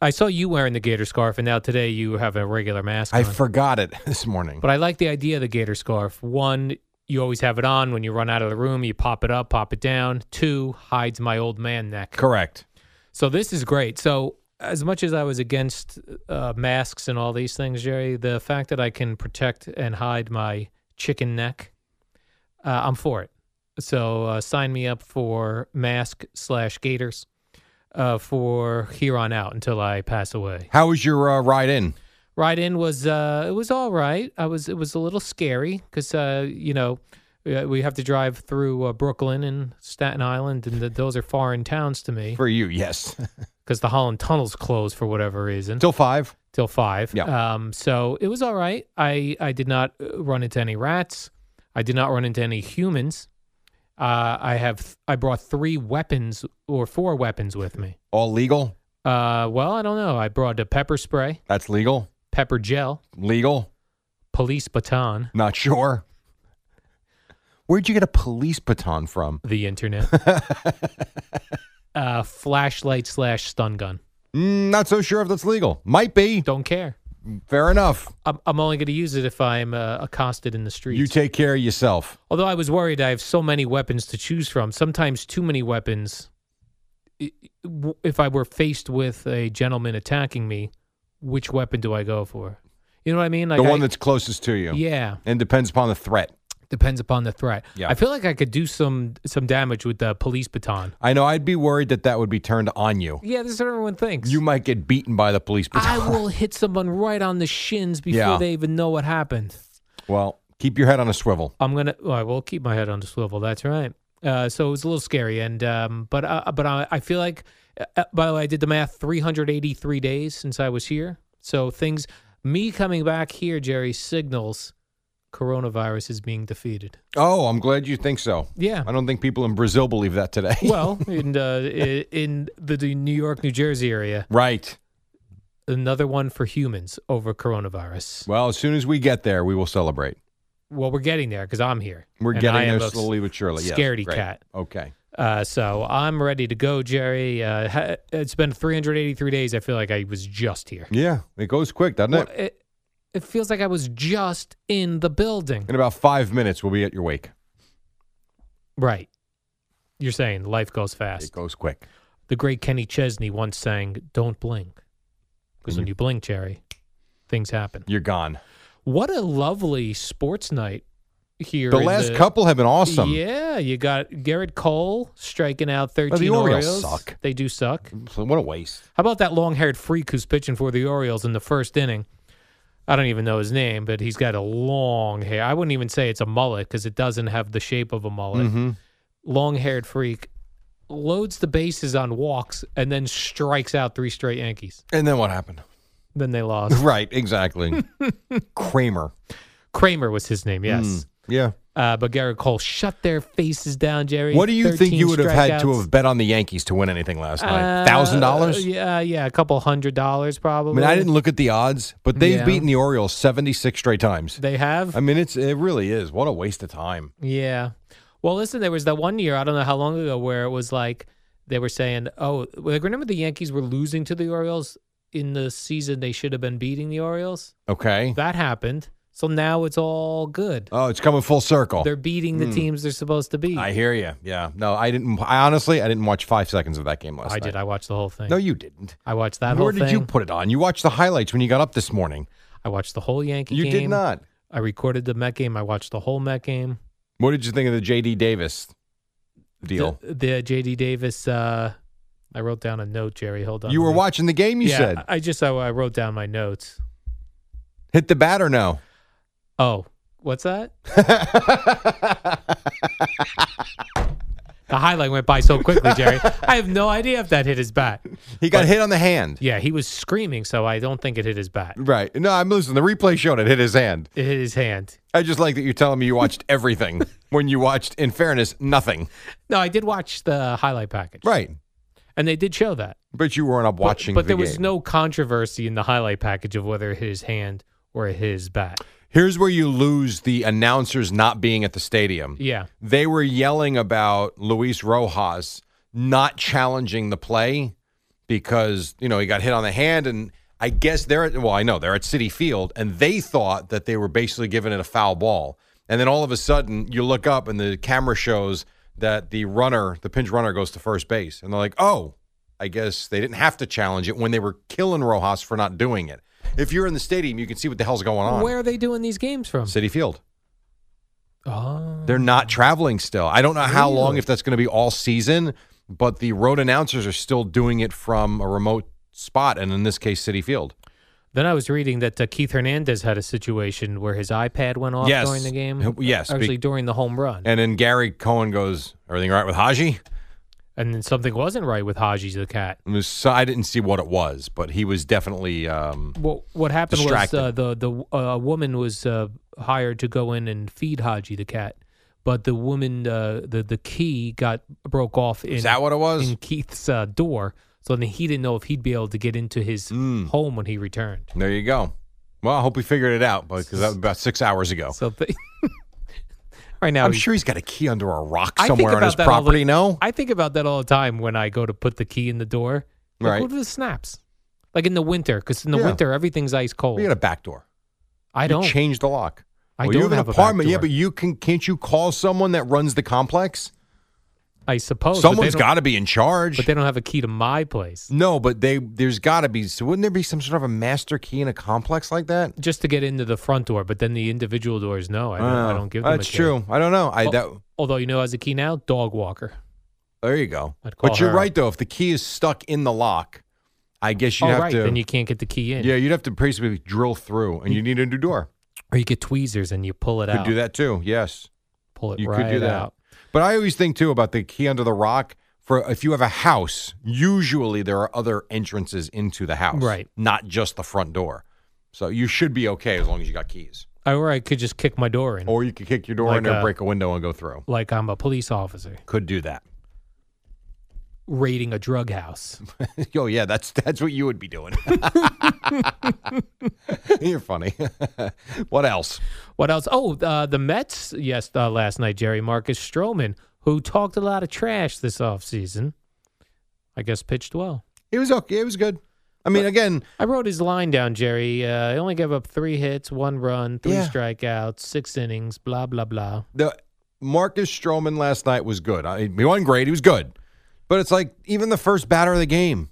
Speaker 2: I saw you wearing the gator scarf, and now today you have a regular mask. on.
Speaker 3: I forgot it this morning.
Speaker 2: but I like the idea of the gator scarf. One, you always have it on when you run out of the room. You pop it up, pop it down. Two, hides my old man neck.
Speaker 3: Correct.
Speaker 2: So this is great. So as much as I was against uh, masks and all these things, Jerry, the fact that I can protect and hide my chicken neck, uh, I'm for it. So uh, sign me up for mask slash gators uh, for here on out until I pass away.
Speaker 3: How was your uh, ride in?
Speaker 2: Ride in was uh, it was all right. I was it was a little scary because uh, you know uh, we have to drive through uh, Brooklyn and Staten Island, and th those are foreign towns to me
Speaker 3: For you, yes.
Speaker 2: because the Holland Tunnel's closed for whatever reason till,
Speaker 3: Till 5.
Speaker 2: five.
Speaker 3: Yeah.
Speaker 2: Um, so it was all right. I I did not uh, run into any rats. I did not run into any humans. Uh, I have th- I brought three weapons or four weapons with me.
Speaker 3: All legal.
Speaker 2: Uh, well, I don't know. I brought a pepper spray,
Speaker 3: That's legal.
Speaker 2: pepper gel,
Speaker 3: Legal.
Speaker 2: police baton.
Speaker 3: Not sure. Where'd you get a police baton from?
Speaker 2: The internet. uh, flashlight slash stun gun.
Speaker 3: Mm, not so sure if that's legal. Might be.
Speaker 2: Don't care.
Speaker 3: Fair enough.
Speaker 2: I'm, I'm only going to use it if I'm uh, accosted in the streets.
Speaker 3: You take care of yourself.
Speaker 2: Although I was worried, I have so many weapons to choose from. Sometimes too many weapons. I- w- If I were faced with a gentleman attacking me, which weapon do I go for? You know what I mean? Like
Speaker 3: the one
Speaker 2: I-
Speaker 3: that's closest to you.
Speaker 2: yeah
Speaker 3: And depends upon the threat.
Speaker 2: depends upon the threat.
Speaker 3: Yeah.
Speaker 2: I feel like I could do some some damage with the police baton.
Speaker 3: I know I'd be worried that that would be turned on you.
Speaker 2: Yeah, that's what everyone thinks.
Speaker 3: You might get beaten by the police
Speaker 2: I
Speaker 3: baton.
Speaker 2: will hit someone right on the shins before
Speaker 3: Yeah.
Speaker 2: they even know what happened.
Speaker 3: well, keep your head on a swivel.
Speaker 2: I'm gonna. Well, I will keep my head on the swivel. That's right. Uh, so it was a little scary, and um, but uh, but I, I feel like. Uh, by the way, I did the math: 383 days since I was here. So things, me coming back here, Jerry signals coronavirus is being defeated.
Speaker 3: Oh, I'm glad you think so.
Speaker 2: Yeah.
Speaker 3: I don't think people in Brazil believe that today.
Speaker 2: Well, in uh, i- in the, the New York, New Jersey area,
Speaker 3: right.
Speaker 2: another one for humans over coronavirus.
Speaker 3: Well, as soon as we get there, we will celebrate.
Speaker 2: Well, we're getting there because I'm here.
Speaker 3: We're
Speaker 2: And I
Speaker 3: getting
Speaker 2: am
Speaker 3: there
Speaker 2: a
Speaker 3: slowly but surely. Yes,
Speaker 2: scaredy
Speaker 3: great.
Speaker 2: cat.
Speaker 3: Okay.
Speaker 2: Uh, so I'm ready to go, Jerry. Uh, ha- it's been 383 days. I feel like I was just here.
Speaker 3: Yeah, it goes quick, doesn't
Speaker 2: Well,
Speaker 3: it?
Speaker 2: it, it feels like I was just in the building.
Speaker 3: In about five minutes, we'll be at your wake.
Speaker 2: Right. You're saying life goes
Speaker 3: It
Speaker 2: fast.
Speaker 3: goes quick.
Speaker 2: The great Kenny Chesney once sang, Don't blink. Because
Speaker 3: Mm-hmm.
Speaker 2: when you blink, Jerry, things happen.
Speaker 3: You're gone.
Speaker 2: What a lovely sports night here.
Speaker 3: The
Speaker 2: in
Speaker 3: last couple have been awesome.
Speaker 2: Yeah, you got Garrett Cole striking out 13
Speaker 3: Orioles
Speaker 2: Orioles.
Speaker 3: suck.
Speaker 2: They do suck.
Speaker 3: So what a waste.
Speaker 2: How about that long haired freak who's pitching for the Orioles in the first inning? I don't even know his name, but he's got a long hair. I wouldn't even say it's a mullet because it doesn't have the shape of a mullet.
Speaker 3: Mm-hmm.
Speaker 2: Long haired freak loads the bases on walks and then strikes out three straight Yankees.
Speaker 3: And then what happened?
Speaker 2: Then they lost.
Speaker 3: Right, exactly. Kramer.
Speaker 2: Kramer was his name, yes.
Speaker 3: Yeah.
Speaker 2: Uh, but Garrett Cole shut their faces down, Jerry.
Speaker 3: What do you think
Speaker 2: 13
Speaker 3: you would have had to
Speaker 2: strikeouts.
Speaker 3: have bet on the Yankees to win anything last night?
Speaker 2: Uh,
Speaker 3: Thousand dollars?
Speaker 2: Yeah, yeah, a couple hundred dollars probably.
Speaker 3: I mean, I didn't look at the odds, but they've
Speaker 2: Yeah.
Speaker 3: beaten the Orioles seventy-six straight times.
Speaker 2: They have.
Speaker 3: I mean, it's it really is. What a waste of time.
Speaker 2: yeah. Well, listen, there was that one year I don't know how long ago where it was like they were saying, "Oh, like remember the Yankees were losing to the Orioles in the season they should have been beating the Orioles."
Speaker 3: Okay.
Speaker 2: That happened. So now it's all good.
Speaker 3: Oh, it's coming full circle.
Speaker 2: They're beating the teams they're supposed to beat.
Speaker 3: I hear you. Yeah. No, I didn't. I honestly, I didn't watch five seconds of that game last
Speaker 2: I
Speaker 3: night.
Speaker 2: did. I watched the whole thing.
Speaker 3: No, you didn't.
Speaker 2: I watched that
Speaker 3: Where
Speaker 2: whole
Speaker 3: did
Speaker 2: thing.
Speaker 3: you put it on? You watched the highlights when you got up this morning.
Speaker 2: I watched the whole Yankee
Speaker 3: You
Speaker 2: game.
Speaker 3: did not.
Speaker 2: I recorded the Met game. I watched the whole Met game.
Speaker 3: What did you think of the JD Davis deal?
Speaker 2: The, the JD Davis. Uh, I wrote down a note, Jerry. Hold on.
Speaker 3: you
Speaker 2: Let
Speaker 3: were
Speaker 2: me-
Speaker 3: watching the game. You
Speaker 2: uh, yeah,
Speaker 3: said
Speaker 2: I I just I, I wrote down my notes.
Speaker 3: hit the bat or no?
Speaker 2: Oh, what's that? the highlight went by so quickly, Jerry. I have no idea if that hit his bat.
Speaker 3: He got hit on the hand.
Speaker 2: Yeah, he was screaming, so I don't think it hit his bat.
Speaker 3: Right. No, I'm listening. The replay showed it hit his hand.
Speaker 2: It hit his hand.
Speaker 3: I just like that you're telling me you watched everything when you watched, in fairness, nothing.
Speaker 2: No, I did watch the highlight package.
Speaker 3: Right.
Speaker 2: And they did show that.
Speaker 3: But you weren't up
Speaker 2: But-
Speaker 3: watching
Speaker 2: But,
Speaker 3: the
Speaker 2: there was
Speaker 3: game.
Speaker 2: no controversy in the highlight package of whether it hit his hand or his bat.
Speaker 3: Here's where you lose the announcers not being at the stadium.
Speaker 2: Yeah.
Speaker 3: They were yelling about Luis Rojas not challenging the play because, you know, he got hit on the hand and I guess they're at, well, I know they're at City Field and they thought that they were basically giving it a foul ball. And then all of a sudden you look up and the camera shows that the runner, the pinch runner goes to first base and they're like, "Oh, I guess they didn't have to challenge it when they were killing Rojas for not doing it." If you're in the stadium, you can see what the hell's going on.
Speaker 2: Where are they doing these games from?
Speaker 3: City Field.
Speaker 2: Oh.
Speaker 3: They're not traveling still. I don't know how long
Speaker 2: Really?
Speaker 3: if that's going to be all season, but the road announcers are still doing it from a remote spot, and in this case, City Field.
Speaker 2: Then I was reading that uh, Keith Hernandez had a situation where his iPad went off
Speaker 3: Yes.
Speaker 2: during the game.
Speaker 3: H- yes, be-
Speaker 2: actually during the home run, and,
Speaker 3: And then Gary Cohen goes, "Everything all right with Haji?"
Speaker 2: then something wasn't right with Haji the cat.
Speaker 3: And this- So I didn't see what it was, but he was definitely. Um,
Speaker 2: What what happened
Speaker 3: Distracted.
Speaker 2: was uh, the the uh, woman was uh, hired to go in and feed Haji the cat, but the woman uh, the the key got broke off in
Speaker 3: is that what it was?
Speaker 2: in Keith's uh, door, so then he didn't know if he'd be able to get into his
Speaker 3: Mm.
Speaker 2: home when he returned.
Speaker 3: there you go. Well, I hope we figured it out, because that was about six hours ago.
Speaker 2: So th- Right now,
Speaker 3: I'm
Speaker 2: he's-
Speaker 3: sure he's got a key under a rock
Speaker 2: I think
Speaker 3: somewhere on
Speaker 2: about
Speaker 3: his
Speaker 2: that all the-
Speaker 3: property. no,
Speaker 2: I think about that all the time when I go to put the key in the door. Like,
Speaker 3: Right.
Speaker 2: What if it snaps? Like in the winter, because in the
Speaker 3: Yeah.
Speaker 2: winter everything's ice cold.
Speaker 3: you got a back door.
Speaker 2: I
Speaker 3: You
Speaker 2: don't.
Speaker 3: change the lock.
Speaker 2: I
Speaker 3: well,
Speaker 2: don't
Speaker 3: you have an
Speaker 2: have a back
Speaker 3: apartment. Yeah,
Speaker 2: door.
Speaker 3: but you can. Can't you call someone that runs the complex?
Speaker 2: I suppose but Oh, they
Speaker 3: Someone's
Speaker 2: don't-
Speaker 3: got to be in charge.
Speaker 2: But they don't have a key to my place.
Speaker 3: no, but they there's got to be. So wouldn't there be some sort of a master key in a complex like that?
Speaker 2: Just to get into the front door, but then the individual doors, no, I don't, I
Speaker 3: Oh,
Speaker 2: don't give them
Speaker 3: That's
Speaker 2: a key.
Speaker 3: true. I don't know. I that.
Speaker 2: Although you know, as a key now, dog walker.
Speaker 3: There you go.
Speaker 2: I'd call
Speaker 3: But you're
Speaker 2: her.
Speaker 3: right though. If the key is stuck in the lock, I guess you
Speaker 2: oh,
Speaker 3: have
Speaker 2: right,
Speaker 3: to.
Speaker 2: then you can't get the key in.
Speaker 3: yeah, you'd have to basically drill through, and you need a new door.
Speaker 2: Or you get tweezers and you pull it
Speaker 3: Could
Speaker 2: out.
Speaker 3: do that too. Yes.
Speaker 2: Pull it
Speaker 3: You could
Speaker 2: right
Speaker 3: do that.
Speaker 2: out.
Speaker 3: But I always think too about the key under the rock. For if you have a house, usually there are other entrances into the house,
Speaker 2: Right.
Speaker 3: Not just the front door. So you should be okay as long as you got keys.
Speaker 2: I- Or I could just kick my door in,
Speaker 3: Or you could kick your door
Speaker 2: Like
Speaker 3: in or
Speaker 2: a-
Speaker 3: break a window and go through.
Speaker 2: like I'm a police officer
Speaker 3: Could do that.
Speaker 2: raiding a drug house.
Speaker 3: oh yeah, that's that's what you would be doing. You're funny. what else?
Speaker 2: What else? Oh, uh, the Mets, yes, uh, last night, Jerry Marcus Stroman, who talked a lot of trash this offseason, I guess pitched well.
Speaker 3: It was okay. It was good. I mean, again,
Speaker 2: I wrote his line down, Jerry. Uh, he only gave up three hits, one run, three
Speaker 3: Yeah.
Speaker 2: strikeouts, six innings, blah, blah, blah.
Speaker 3: the Marcus Stroman last night was good. I, he wasn't great. He was good, but it's like even the first batter of the game,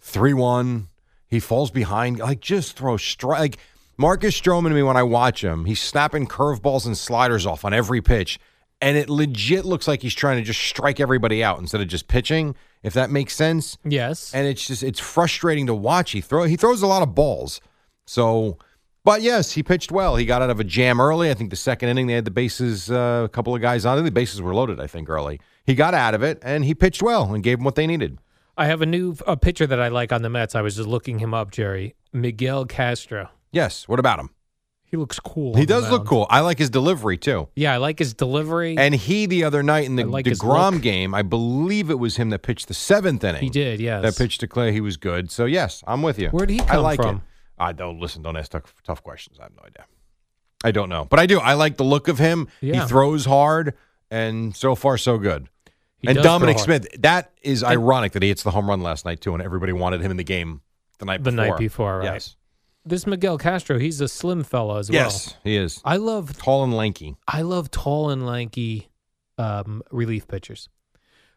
Speaker 3: three one, he falls behind. Like just throw strike. Like Marcus Stroman to me when I watch him, he's snapping curveballs and sliders off on every pitch, and it legit looks like he's trying to just strike everybody out instead of just pitching. If that makes sense.
Speaker 2: Yes.
Speaker 3: and it's just it's frustrating to watch. He throw he throws a lot of balls. So, but yes, he pitched well. He got out of a jam early. I think the second inning they had the bases, uh, a couple of guys on it. The bases were loaded. I think early he got out of it and he pitched well and gave them what they needed.
Speaker 2: I have a new a pitcher that I like on the Mets. I was just looking him up, Jerry. Miguel Castro.
Speaker 3: Yes. What about him?
Speaker 2: He looks cool. on
Speaker 3: He
Speaker 2: the
Speaker 3: does look
Speaker 2: mound.
Speaker 3: cool. I like his delivery too.
Speaker 2: Yeah, I like his delivery.
Speaker 3: And he the other night in the
Speaker 2: I like his
Speaker 3: Degrom
Speaker 2: look.
Speaker 3: game, I believe it was him that pitched the seventh inning.
Speaker 2: he did, yes.
Speaker 3: That pitch to Clay, he was good. So yes, I'm with you.
Speaker 2: Where'd he
Speaker 3: I
Speaker 2: come
Speaker 3: like It.
Speaker 2: from?
Speaker 3: I don't listen. Don't ask tough, tough questions. I have no idea. I don't know, but I do. I like the look of him. He
Speaker 2: Yeah.
Speaker 3: throws hard, and so far so good.
Speaker 2: He
Speaker 3: and
Speaker 2: does throw
Speaker 3: Dominic
Speaker 2: hard.
Speaker 3: Smith. That is ironic that he hits the home run last night too, and everybody wanted him in the game the night
Speaker 2: The
Speaker 3: before.
Speaker 2: night before, right.
Speaker 3: Yes,
Speaker 2: This Miguel Castro, he's a slim fella as
Speaker 3: yes, he is
Speaker 2: well. I love
Speaker 3: tall and lanky.
Speaker 2: I love tall and lanky um, relief pitchers.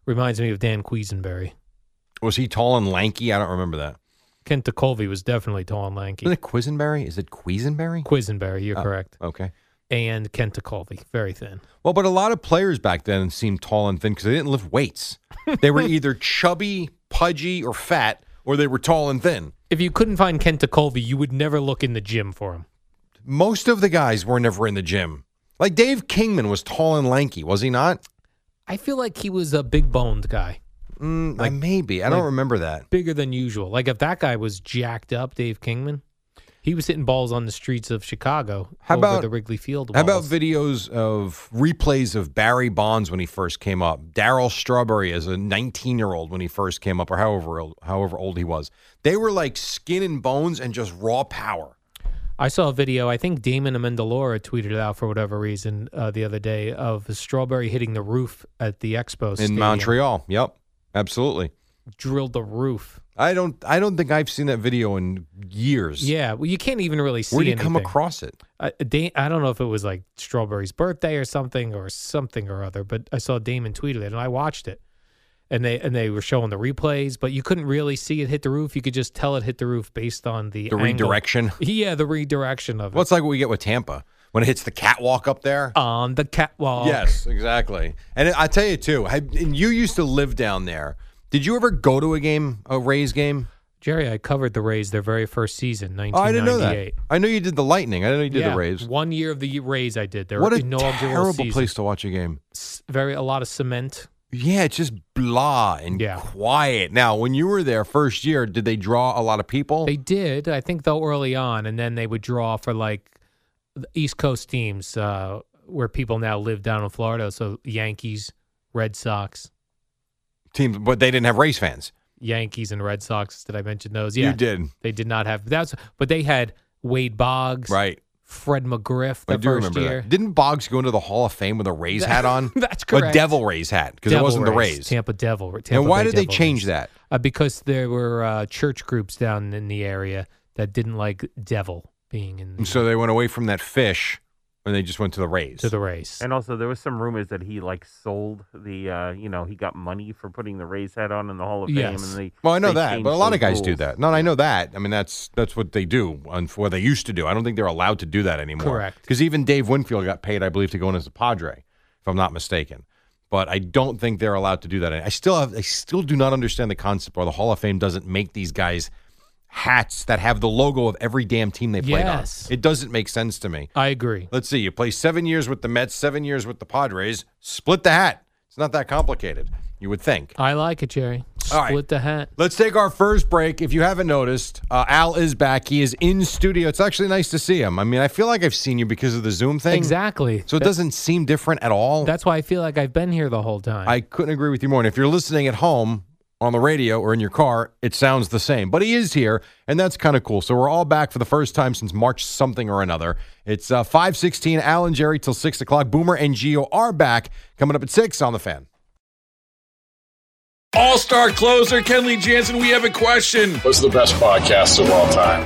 Speaker 2: Reminds me of Dan Quisenberry.
Speaker 3: Was he tall and lanky? I don't remember that.
Speaker 2: Kent DeColvey was definitely tall and
Speaker 3: Isn't
Speaker 2: lanky.
Speaker 3: it Quisenberry? Is it Quisenberry?
Speaker 2: Quisenberry, you're
Speaker 3: Oh,
Speaker 2: correct.
Speaker 3: Okay.
Speaker 2: And Kent DeColvey, very thin.
Speaker 3: Well, but a lot of players back then seemed tall and thin because they didn't lift weights. They were either chubby, pudgy, or fat, or they were tall and thin.
Speaker 2: If you couldn't find Kent DeColvey, you would never look in the gym for him.
Speaker 3: Most of the guys were never in the gym. Like Dave Kingman was tall and lanky, was he not?
Speaker 2: I feel like he was a big boned guy,
Speaker 3: Mm,
Speaker 2: Like-
Speaker 3: maybe. I don't
Speaker 2: like-
Speaker 3: remember that.
Speaker 2: bigger than usual. Like if that guy was jacked up, Dave Kingman, he was hitting balls on the streets of Chicago
Speaker 3: How
Speaker 2: over
Speaker 3: about-
Speaker 2: the Wrigley Field.
Speaker 3: How about
Speaker 2: walls.
Speaker 3: videos of replays of Barry Bonds when he first came up? Daryl Strawberry as a 19 year old when he first came up, or however old, however old he was. They were like skin and bones and just raw power.
Speaker 2: I saw a video. I think Damon Amendolora tweeted it out for whatever reason uh, the other day of a strawberry hitting the roof at the Expo
Speaker 3: In
Speaker 2: Stadium.
Speaker 3: Montreal. Yep. Absolutely.
Speaker 2: drilled the roof.
Speaker 3: I don't. I don't think I've seen that video in years.
Speaker 2: Yeah, well, you can't even really see
Speaker 3: where do you
Speaker 2: anything.
Speaker 3: come across it?
Speaker 2: I, Da- I don't know if it was like Strawberry's birthday or something or something or other, but I saw Damon tweeted it and I watched it, and they and they were showing the replays, but you couldn't really see it hit the roof. You could just tell it hit the roof based on the
Speaker 3: The
Speaker 2: angle.
Speaker 3: redirection.
Speaker 2: Yeah, the redirection of it
Speaker 3: What's like what we get with Tampa when it hits the catwalk up there?
Speaker 2: on the catwalk.
Speaker 3: Yes, exactly. And I tell you too. I, and you used to live down there. Did you ever go to a game, a Rays game?
Speaker 2: Jerry, I covered the Rays their very first season,
Speaker 3: Oh, I didn't
Speaker 2: 1998.
Speaker 3: know that. I know you did the Lightning. I didn't know you did
Speaker 2: Yeah,
Speaker 3: the Rays.
Speaker 2: One year of the Rays, I did. Their
Speaker 3: What a
Speaker 2: inaugural
Speaker 3: terrible
Speaker 2: season.
Speaker 3: place to watch a game.
Speaker 2: S- Very a lot of cement.
Speaker 3: Yeah, it's just blah and
Speaker 2: Yeah.
Speaker 3: quiet. Now, when you were there first year, did they draw a lot of people?
Speaker 2: They did, I think, though early on, and then they would draw for like the East Coast teams uh, where people now live down in Florida. So Yankees, Red Sox,
Speaker 3: Teams, but they didn't have Rays fans.
Speaker 2: Yankees and Red Sox. Did I mention those? Yeah,
Speaker 3: You did
Speaker 2: They did not have that's, but they had Wade Boggs,
Speaker 3: right.
Speaker 2: Fred McGriff the
Speaker 3: I do
Speaker 2: first
Speaker 3: remember
Speaker 2: year.
Speaker 3: that. Didn't Boggs go into the Hall of Fame with a Rays hat on?
Speaker 2: That's
Speaker 3: A
Speaker 2: correct.
Speaker 3: Devil Rays hat because it
Speaker 2: Devil
Speaker 3: wasn't the
Speaker 2: Rays,
Speaker 3: Rays.
Speaker 2: Tampa Devil. Tampa
Speaker 3: and why
Speaker 2: Bay
Speaker 3: did they
Speaker 2: Devil
Speaker 3: change
Speaker 2: Rays.
Speaker 3: that?
Speaker 2: Uh, because there were uh, church groups down in the area that didn't like devil being in the,
Speaker 3: And so they went away from that fish and they just went to the Rays.
Speaker 2: to the race.
Speaker 5: And also, there was some rumors that he like sold the, uh, you know, he got money for putting the Rays hat on in the Hall of
Speaker 2: Yes.
Speaker 5: Fame. And they,
Speaker 3: well, I know
Speaker 5: they
Speaker 3: that,
Speaker 5: changed
Speaker 3: but a lot of
Speaker 5: those
Speaker 3: guys do
Speaker 5: rules.
Speaker 3: that. No, I know that. I mean, that's that's what they do, and what they used to do. I don't think they're allowed to do that anymore.
Speaker 2: Correct.
Speaker 3: Because even Dave Winfield got paid, I believe, to go in as a Padre, if I'm not mistaken. But I don't think they're allowed to do that. I still have, I still do not understand the concept. Or the Hall of Fame doesn't make these guys hats that have the logo of every damn team they played
Speaker 2: Yes.
Speaker 3: on. It doesn't make sense to me.
Speaker 2: I agree.
Speaker 3: Let's see. You play seven years with the Mets, seven years with the Padres. Split the hat. It's not that complicated. You would think.
Speaker 2: I like it, Jerry.
Speaker 3: All
Speaker 2: Split
Speaker 3: right.
Speaker 2: the hat.
Speaker 3: Let's take our first break. If you haven't noticed, uh, Al is back. He is in studio. It's actually nice to see him. I mean, I feel like I've seen you because of the Zoom thing.
Speaker 2: Exactly.
Speaker 3: So it
Speaker 2: That-
Speaker 3: doesn't seem different at all.
Speaker 2: That's why I feel like I've been here the whole time.
Speaker 3: I couldn't agree with you more. And if you're listening at home on the radio or in your car, it sounds the same. But he is here, and that's kind of cool. So we're all back for the first time since March something or another. It's uh, 516, Al and Jerry till 6 o'clock. Boomer and Geo are back coming up at 6 on the fan.
Speaker 6: All star closer Kenley Jansen, we have a question.
Speaker 7: What's the best podcast of all time?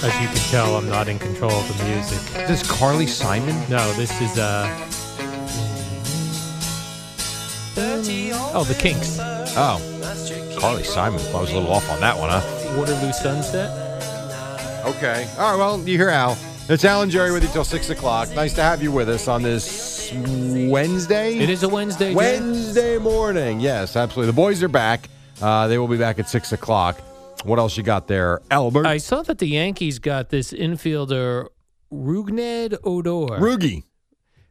Speaker 2: As you can tell, I'm not in control of the music.
Speaker 3: Is this Carly Simon?
Speaker 2: No, this is uh. Oh, the Kinks.
Speaker 3: Oh, Carly Simon. I was a little off on that one, huh?
Speaker 2: Waterloo Sunset.
Speaker 3: Okay. All right. Well, you hear Al. It's Al and Jerry with you till 6 o'clock. Nice to have you with us on this Wednesday.
Speaker 2: It is a Wednesday. Jerry.
Speaker 3: Wednesday morning. Yes, absolutely. The boys are back. Uh, they will be back at 6 o'clock. What else you got there, Albert?
Speaker 2: I saw that the Yankees got this infielder Rugned Odor.
Speaker 3: Rugi.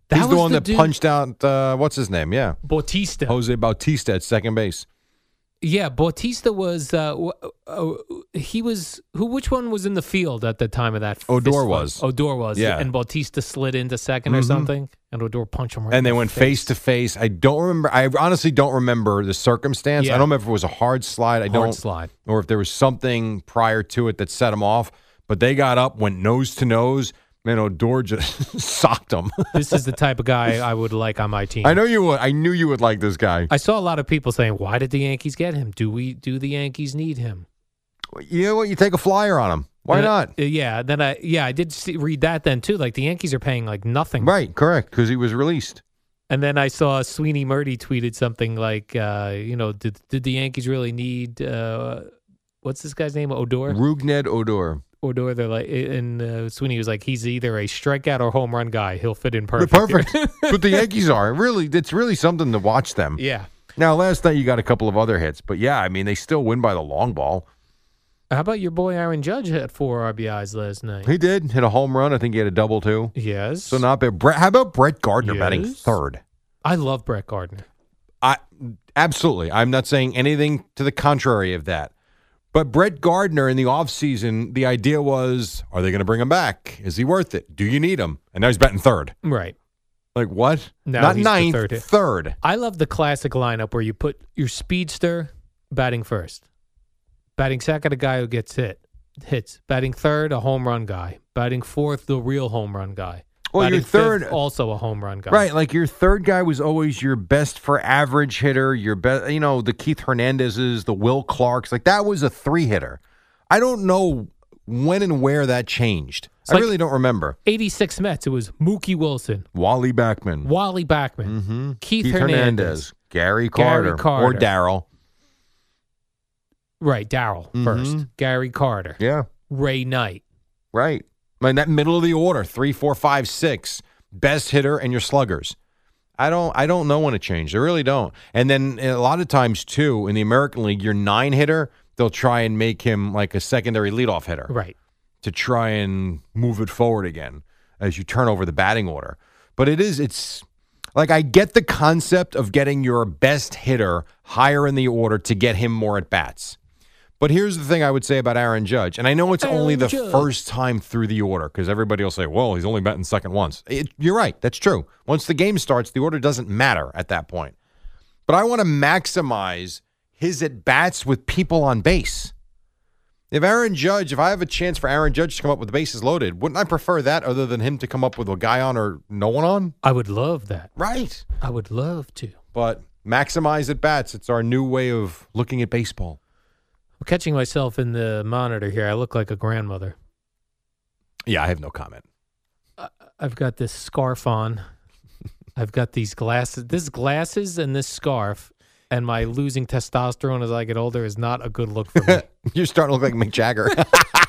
Speaker 2: That
Speaker 3: He's the
Speaker 2: was
Speaker 3: one that
Speaker 2: dude-
Speaker 3: punched out, uh, what's his name? Yeah.
Speaker 2: Bautista.
Speaker 3: Jose Bautista at second base.
Speaker 2: Yeah, Bautista was. Uh, w- uh, he was who? Which one was in the field at the time of that? fist
Speaker 3: Odor
Speaker 2: fight?
Speaker 3: was.
Speaker 2: Odor was.
Speaker 3: Yeah. Mm-hmm.
Speaker 2: and Bautista slid into 2nd or something, and Odor punched him. Right in
Speaker 3: And they
Speaker 2: the
Speaker 3: went face to face. I don't remember. I honestly don't remember the circumstance. I
Speaker 2: Yeah.
Speaker 3: don't remember if it was a hard slide. I
Speaker 2: Hard
Speaker 3: don't
Speaker 2: slide.
Speaker 3: or if there was something prior to it that set him off. But they got up, went nose to nose. Man, Odor just socked him.
Speaker 2: this is the type of guy I would like on my team.
Speaker 3: I know you would. I knew you would like this guy.
Speaker 2: I saw a lot of people saying, "Why did the Yankees get him? Do we? Do the Yankees need him?
Speaker 3: You know what? You take a flyer on him. Why
Speaker 2: And,
Speaker 3: not?
Speaker 2: uh, yeah. Then I. Yeah, I did see, read that then too. Like the Yankees are paying like nothing.
Speaker 3: Right, correct, because he was released.
Speaker 2: And then I saw Sweeney Murdy tweeted something like, uh, you know, did did the Yankees really need? Uh, What's this guy's name? Odor?
Speaker 3: Rugned Odor.
Speaker 2: Odor, they're like, and uh, Sweeney was like, he's either a strikeout or home run guy. He'll fit in
Speaker 3: They're
Speaker 2: perfect.
Speaker 3: perfect. but the Yankees are. Really, it's really something to watch them.
Speaker 2: yeah.
Speaker 3: Now, last night you got a couple of other hits, but yeah, I mean, they still win by the long ball.
Speaker 2: How about your boy Aaron Judge had four RBIs last night?
Speaker 3: He did hit a home run. I think he had a double, too.
Speaker 2: Yes.
Speaker 3: So not bad. Brett, how about Brett Gardner batting
Speaker 2: Yes.
Speaker 3: third?
Speaker 2: I love Brett Gardner.
Speaker 3: I absolutely. I'm not saying anything to the contrary of that. But Brett Gardner in the offseason, the idea was, are they going to bring him back? Is he worth it? Do you need him? And now he's batting third.
Speaker 2: Right.
Speaker 3: Like what?
Speaker 2: No,
Speaker 3: not
Speaker 2: he's the
Speaker 3: ninth,
Speaker 2: third.
Speaker 3: third.
Speaker 2: I love the classic lineup where you put your speedster batting first, batting second, a guy who gets hit, hits, batting third, a home run guy, batting fourth, the real home run guy.
Speaker 3: Well, your
Speaker 2: Batting fifth,
Speaker 3: third- uh,
Speaker 2: also a home run guy.
Speaker 3: Right, like your third guy was always your best for average hitter, your best, you know, the Keith Hernandezes, the Will Clarks, like that was a three hitter. I don't know when and where that changed. I
Speaker 2: like-
Speaker 3: really don't remember.
Speaker 2: 86 Mets. It was Mookie Wilson,
Speaker 3: Wally Backman,
Speaker 2: Wally Backman, Keith,
Speaker 3: Mm-hmm. Keith
Speaker 2: Hernandez.
Speaker 3: Hernandez, Gary Carter,
Speaker 2: Gary Carter.
Speaker 3: or Daryl.
Speaker 2: Right, Daryl first. Gary Carter.
Speaker 3: Mm-hmm. Yeah,
Speaker 2: Ray Knight.
Speaker 3: right. I mean, that middle of the order, three, four, five, six, best hitter and your sluggers. I don't, I don't know when to change. I really don't. And then a lot of times too in the American League, your nine hitter, they'll try and make him like a secondary leadoff hitter.
Speaker 2: Right.
Speaker 3: to try and move it forward again as you turn over the batting order. But it is, it's like I get the concept of getting your best hitter higher in the order to get him more at bats. But here's the thing I would say about Aaron Judge, and I know it's only the first time through the order because everybody will say, well, he's only batting second once. It, you're right. That's true. Once the game starts, the order doesn't matter at that point. But I want to maximize his at bats with people on base. If Aaron Judge, if I have a chance for Aaron Judge to come up with the bases loaded, wouldn't I prefer that other than him to come up with a guy on or no one on?
Speaker 2: I would love that.
Speaker 3: Right.
Speaker 2: I would love to.
Speaker 3: But maximize at bats. It's our new way of looking at baseball.
Speaker 2: I'm catching myself in the monitor here. I look like a grandmother.
Speaker 3: Yeah, I have no comment.
Speaker 2: I've got this scarf on. I've got these glasses. This glasses and this scarf and my losing testosterone as I get older is not a good look for me.
Speaker 3: You're starting to look like Mick Jagger.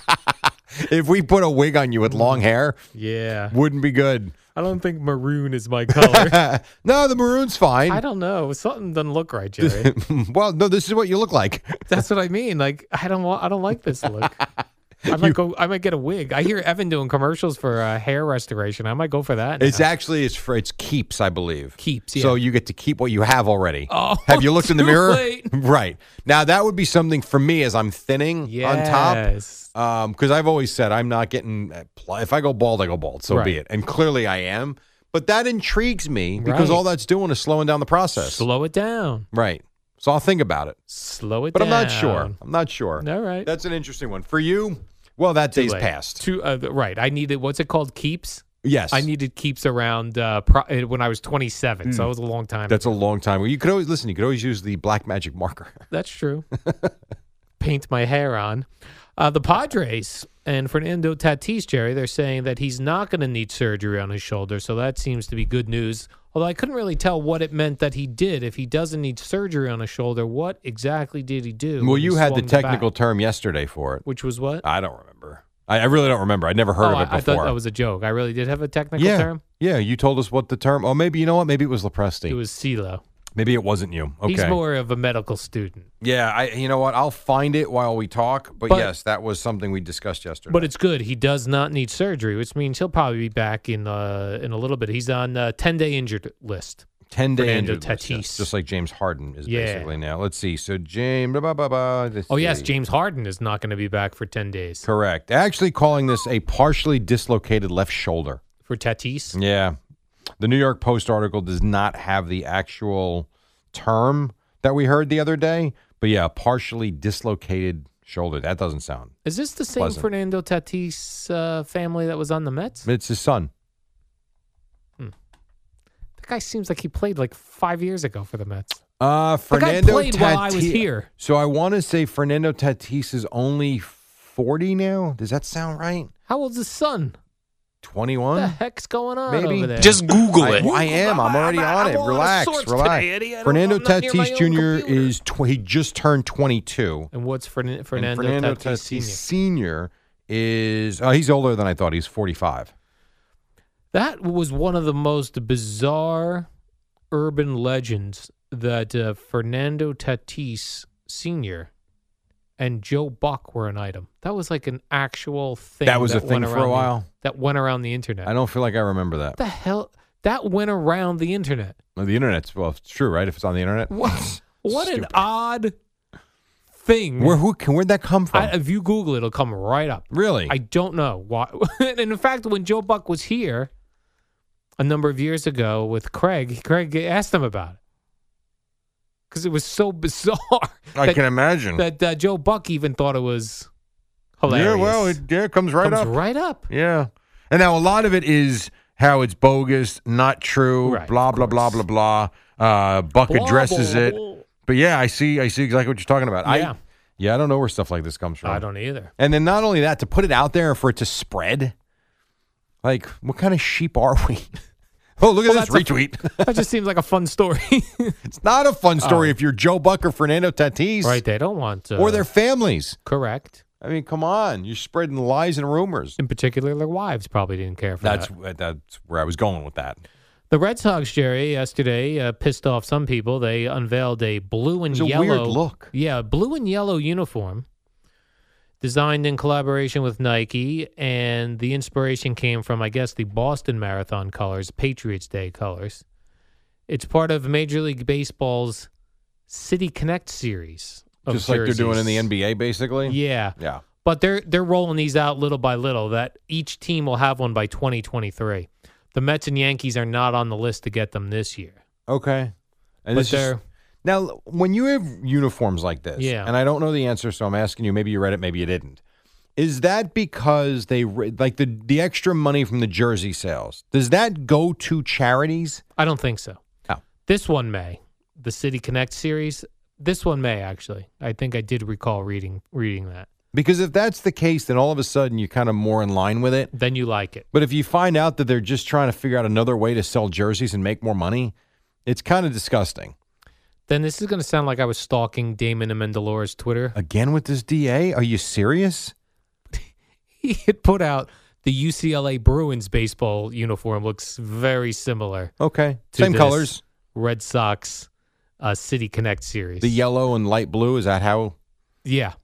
Speaker 3: if we put a wig on you with long hair,
Speaker 2: yeah.
Speaker 3: wouldn't be good.
Speaker 2: I don't think maroon is my color.
Speaker 3: no, the maroon's fine.
Speaker 2: I don't know. Something doesn't look right, Jerry.
Speaker 3: well, no, this is what you look like.
Speaker 2: That's what I mean. Like I don't want. I don't like this look. I might go. I might get a wig. I hear Evan doing commercials for uh, hair restoration. I might go for that.
Speaker 3: It's
Speaker 2: now.
Speaker 3: actually it's for it's keeps, I believe.
Speaker 2: Keeps,
Speaker 3: So
Speaker 2: yeah.
Speaker 3: you get to keep what you have already.
Speaker 2: Oh,
Speaker 3: have you looked in the
Speaker 2: too
Speaker 3: mirror?
Speaker 2: late.
Speaker 3: Right now, that would be something for me as I'm thinning on
Speaker 2: Yes.
Speaker 3: top. Because I've always said I'm not getting. uh, If I go bald, I go bald. So be
Speaker 2: Right.
Speaker 3: it. And clearly, I am. But that intrigues me because
Speaker 2: Right.
Speaker 3: all that's doing is slowing down the process.
Speaker 2: Slow it down.
Speaker 3: right. So I'll think about it.
Speaker 2: Slow it
Speaker 3: But
Speaker 2: down.
Speaker 3: I'm not sure. I'm not sure.
Speaker 2: All right.
Speaker 3: That's an interesting one for you. Well, that
Speaker 2: Too
Speaker 3: day's
Speaker 2: late.
Speaker 3: passed.
Speaker 2: Too, uh, right. I needed. What's it called? Keeps.
Speaker 3: yes.
Speaker 2: I needed keeps around uh, pro- uh, when I was 27.
Speaker 3: Hmm.
Speaker 2: So that was a long time.
Speaker 3: That's a long time. You could always listen. You could always use the black magic marker.
Speaker 2: That's true. Paint my hair on. Uh, the Padres and Fernando Tatis, Jerry, they're saying that he's not going to need surgery on his shoulder. So that seems to be good news. Although I couldn't really tell what it meant that he did. If he doesn't need surgery on his shoulder, what exactly did he do?
Speaker 3: Well,
Speaker 2: when he
Speaker 3: you had the
Speaker 2: swung bat?
Speaker 3: technical term yesterday for it.
Speaker 2: which was what?
Speaker 3: I don't remember. I, I really don't remember. I'd never heard
Speaker 2: Oh,
Speaker 3: of it
Speaker 2: I, I
Speaker 3: before.
Speaker 2: thought that was a joke. I really did have a technical
Speaker 3: yeah.
Speaker 2: term.
Speaker 3: Yeah, you told us what the term. Oh, maybe you know what? Maybe it was Lepresti.
Speaker 2: It was CeeLo.
Speaker 3: maybe it wasn't you. Okay.
Speaker 2: He's more of a medical student.
Speaker 3: yeah, I. You know what? I'll find it while we talk. But,
Speaker 2: But-
Speaker 3: yes, that was something we discussed yesterday.
Speaker 2: But it's good. He does not need surgery, which means he'll probably be back in uh, in a little bit. He's on uh, ten day injured list.
Speaker 3: ten day
Speaker 2: Fernando
Speaker 3: injured list, yes,
Speaker 2: Tatis.
Speaker 3: just like James Harden is
Speaker 2: Yeah.
Speaker 3: basically now. Let's see. So James. Blah, blah, blah, blah, let's
Speaker 2: Oh yes,
Speaker 3: see.
Speaker 2: James Harden is not going to be back for ten days
Speaker 3: Correct. Actually, calling this a partially dislocated left shoulder.
Speaker 2: for Tatis.
Speaker 3: Yeah. The New York Post article does not have the actual term that we heard the other day, but yeah, partially dislocated shoulder. That doesn't sound.
Speaker 2: Is this the same
Speaker 3: Pleasant.
Speaker 2: Fernando Tatis uh, family that was on the Mets? That
Speaker 3: It's his son.
Speaker 2: guy seems like he played like five years ago for the Mets.
Speaker 3: Uh
Speaker 2: The guy
Speaker 3: Fernando
Speaker 2: played while I was
Speaker 3: Tati-
Speaker 2: here.
Speaker 3: So I want to say Fernando Tatis is only 40 now. Does that sound right?
Speaker 2: How old's his son? What the
Speaker 3: 21?
Speaker 2: heck's going on
Speaker 3: Maybe.
Speaker 2: over there?
Speaker 7: Just Google
Speaker 3: I,
Speaker 7: it.
Speaker 3: I am. I'm already on it. Relax, relax. Fernando Tatis Jr. is tw- he just turned 22.
Speaker 2: and what's Fern-
Speaker 3: And
Speaker 2: Fernando, Tatis, Senior?
Speaker 3: Sr. is oh, he's older than I thought. He's 45.
Speaker 2: That was one of the most bizarre urban legends that uh, Fernando Tatis Sr. and Joe Buck were an item. That was like an actual thing.
Speaker 3: That was a
Speaker 2: went
Speaker 3: thing for a
Speaker 2: around the-
Speaker 3: while?
Speaker 2: that went around the internet.
Speaker 3: I don't feel like I remember that.
Speaker 2: What the hell? That went around the internet.
Speaker 3: Well, The internet's well, it's true, right? If it's on the internet,
Speaker 2: What? What an
Speaker 3: Stupid.
Speaker 2: odd thing.
Speaker 3: Where who can where'd that come from?
Speaker 2: I, if you Google it, it'll come right up.
Speaker 3: really?
Speaker 2: I don't know why. and in fact, when Joe Buck was here a number of years ago with Craig, Craig asked him about it because it was so bizarre
Speaker 3: I
Speaker 2: that,
Speaker 3: can imagine.
Speaker 2: that uh, Joe Buck even thought it was
Speaker 3: yeah,
Speaker 2: hilarious.
Speaker 3: well, it yeah, it comes right
Speaker 2: comes
Speaker 3: up.
Speaker 2: right up.
Speaker 3: Yeah, and now a lot of it is how it's bogus, not true,
Speaker 2: Right,
Speaker 3: blah
Speaker 2: of
Speaker 3: blah blah blah
Speaker 2: course.
Speaker 3: blah. Uh, Buck
Speaker 2: Blah,
Speaker 3: addresses
Speaker 2: blah,
Speaker 3: it,
Speaker 2: blah.
Speaker 3: but yeah, I see, I see exactly what you're talking about.
Speaker 2: Yeah.
Speaker 3: I, yeah, I don't know where stuff like this comes from.
Speaker 2: I don't either.
Speaker 3: And then not only that, to put it out there for it to spread. Like, what kind of sheep are we? oh, look at this
Speaker 2: that's a-
Speaker 3: retweet.
Speaker 2: That just seems like a fun story.
Speaker 3: it's not a fun story if you're Joe Buck or Fernando Tatis
Speaker 2: Oh. right? They don't want uh,
Speaker 3: or their families.
Speaker 2: correct.
Speaker 3: I mean, come on. You're spreading lies and rumors.
Speaker 2: In particular, their wives probably didn't care for
Speaker 3: That's uh,
Speaker 2: that.
Speaker 3: that's where I was going with that.
Speaker 2: The Red Sox, Jerry, yesterday uh, pissed off some people. They unveiled a blue and
Speaker 3: It was a
Speaker 2: yellow
Speaker 3: weird look.
Speaker 2: Yeah, blue and yellow uniform designed in collaboration with Nike, and the inspiration came from, I guess, the Boston Marathon colors, Patriots Day colors. It's part of Major League Baseball's City Connect series. of
Speaker 3: Just like they're doing in the
Speaker 2: jerseys.
Speaker 3: NBA, basically.
Speaker 2: Yeah.
Speaker 3: Yeah.
Speaker 2: But they're they're rolling these out little by little. That each team will have one by 2023. The Mets and Yankees are not on the list to get them this year.
Speaker 3: Okay. And
Speaker 2: But
Speaker 3: it's just-
Speaker 2: they're-
Speaker 3: now, when you have uniforms like this,
Speaker 2: Yeah.
Speaker 3: and I don't know the answer, so I'm asking you. Maybe you read it, maybe you didn't. Is that because they re- like the the extra money from the jersey sales? Does that go to charities?
Speaker 2: I don't think so.
Speaker 3: Oh.
Speaker 2: This one may. The City Connect series. This one may actually. I think I did recall reading reading that.
Speaker 3: Because if that's the case, then all of a sudden you're kind of more in line with it.
Speaker 2: Then you like it.
Speaker 3: But if you find out that they're just trying to figure out another way to sell jerseys and make more money, it's kind of disgusting.
Speaker 2: Then this is going to sound like I was stalking Damon Amendolar's Twitter.
Speaker 3: Again with this DA? Are you serious?
Speaker 2: He had put out the UCLA Bruins baseball uniform looks very similar.
Speaker 3: Okay.
Speaker 2: to
Speaker 3: Same
Speaker 2: this
Speaker 3: colors.
Speaker 2: Red Sox uh, City Connect series.
Speaker 3: The yellow and light blue. Is that how?
Speaker 2: Yeah.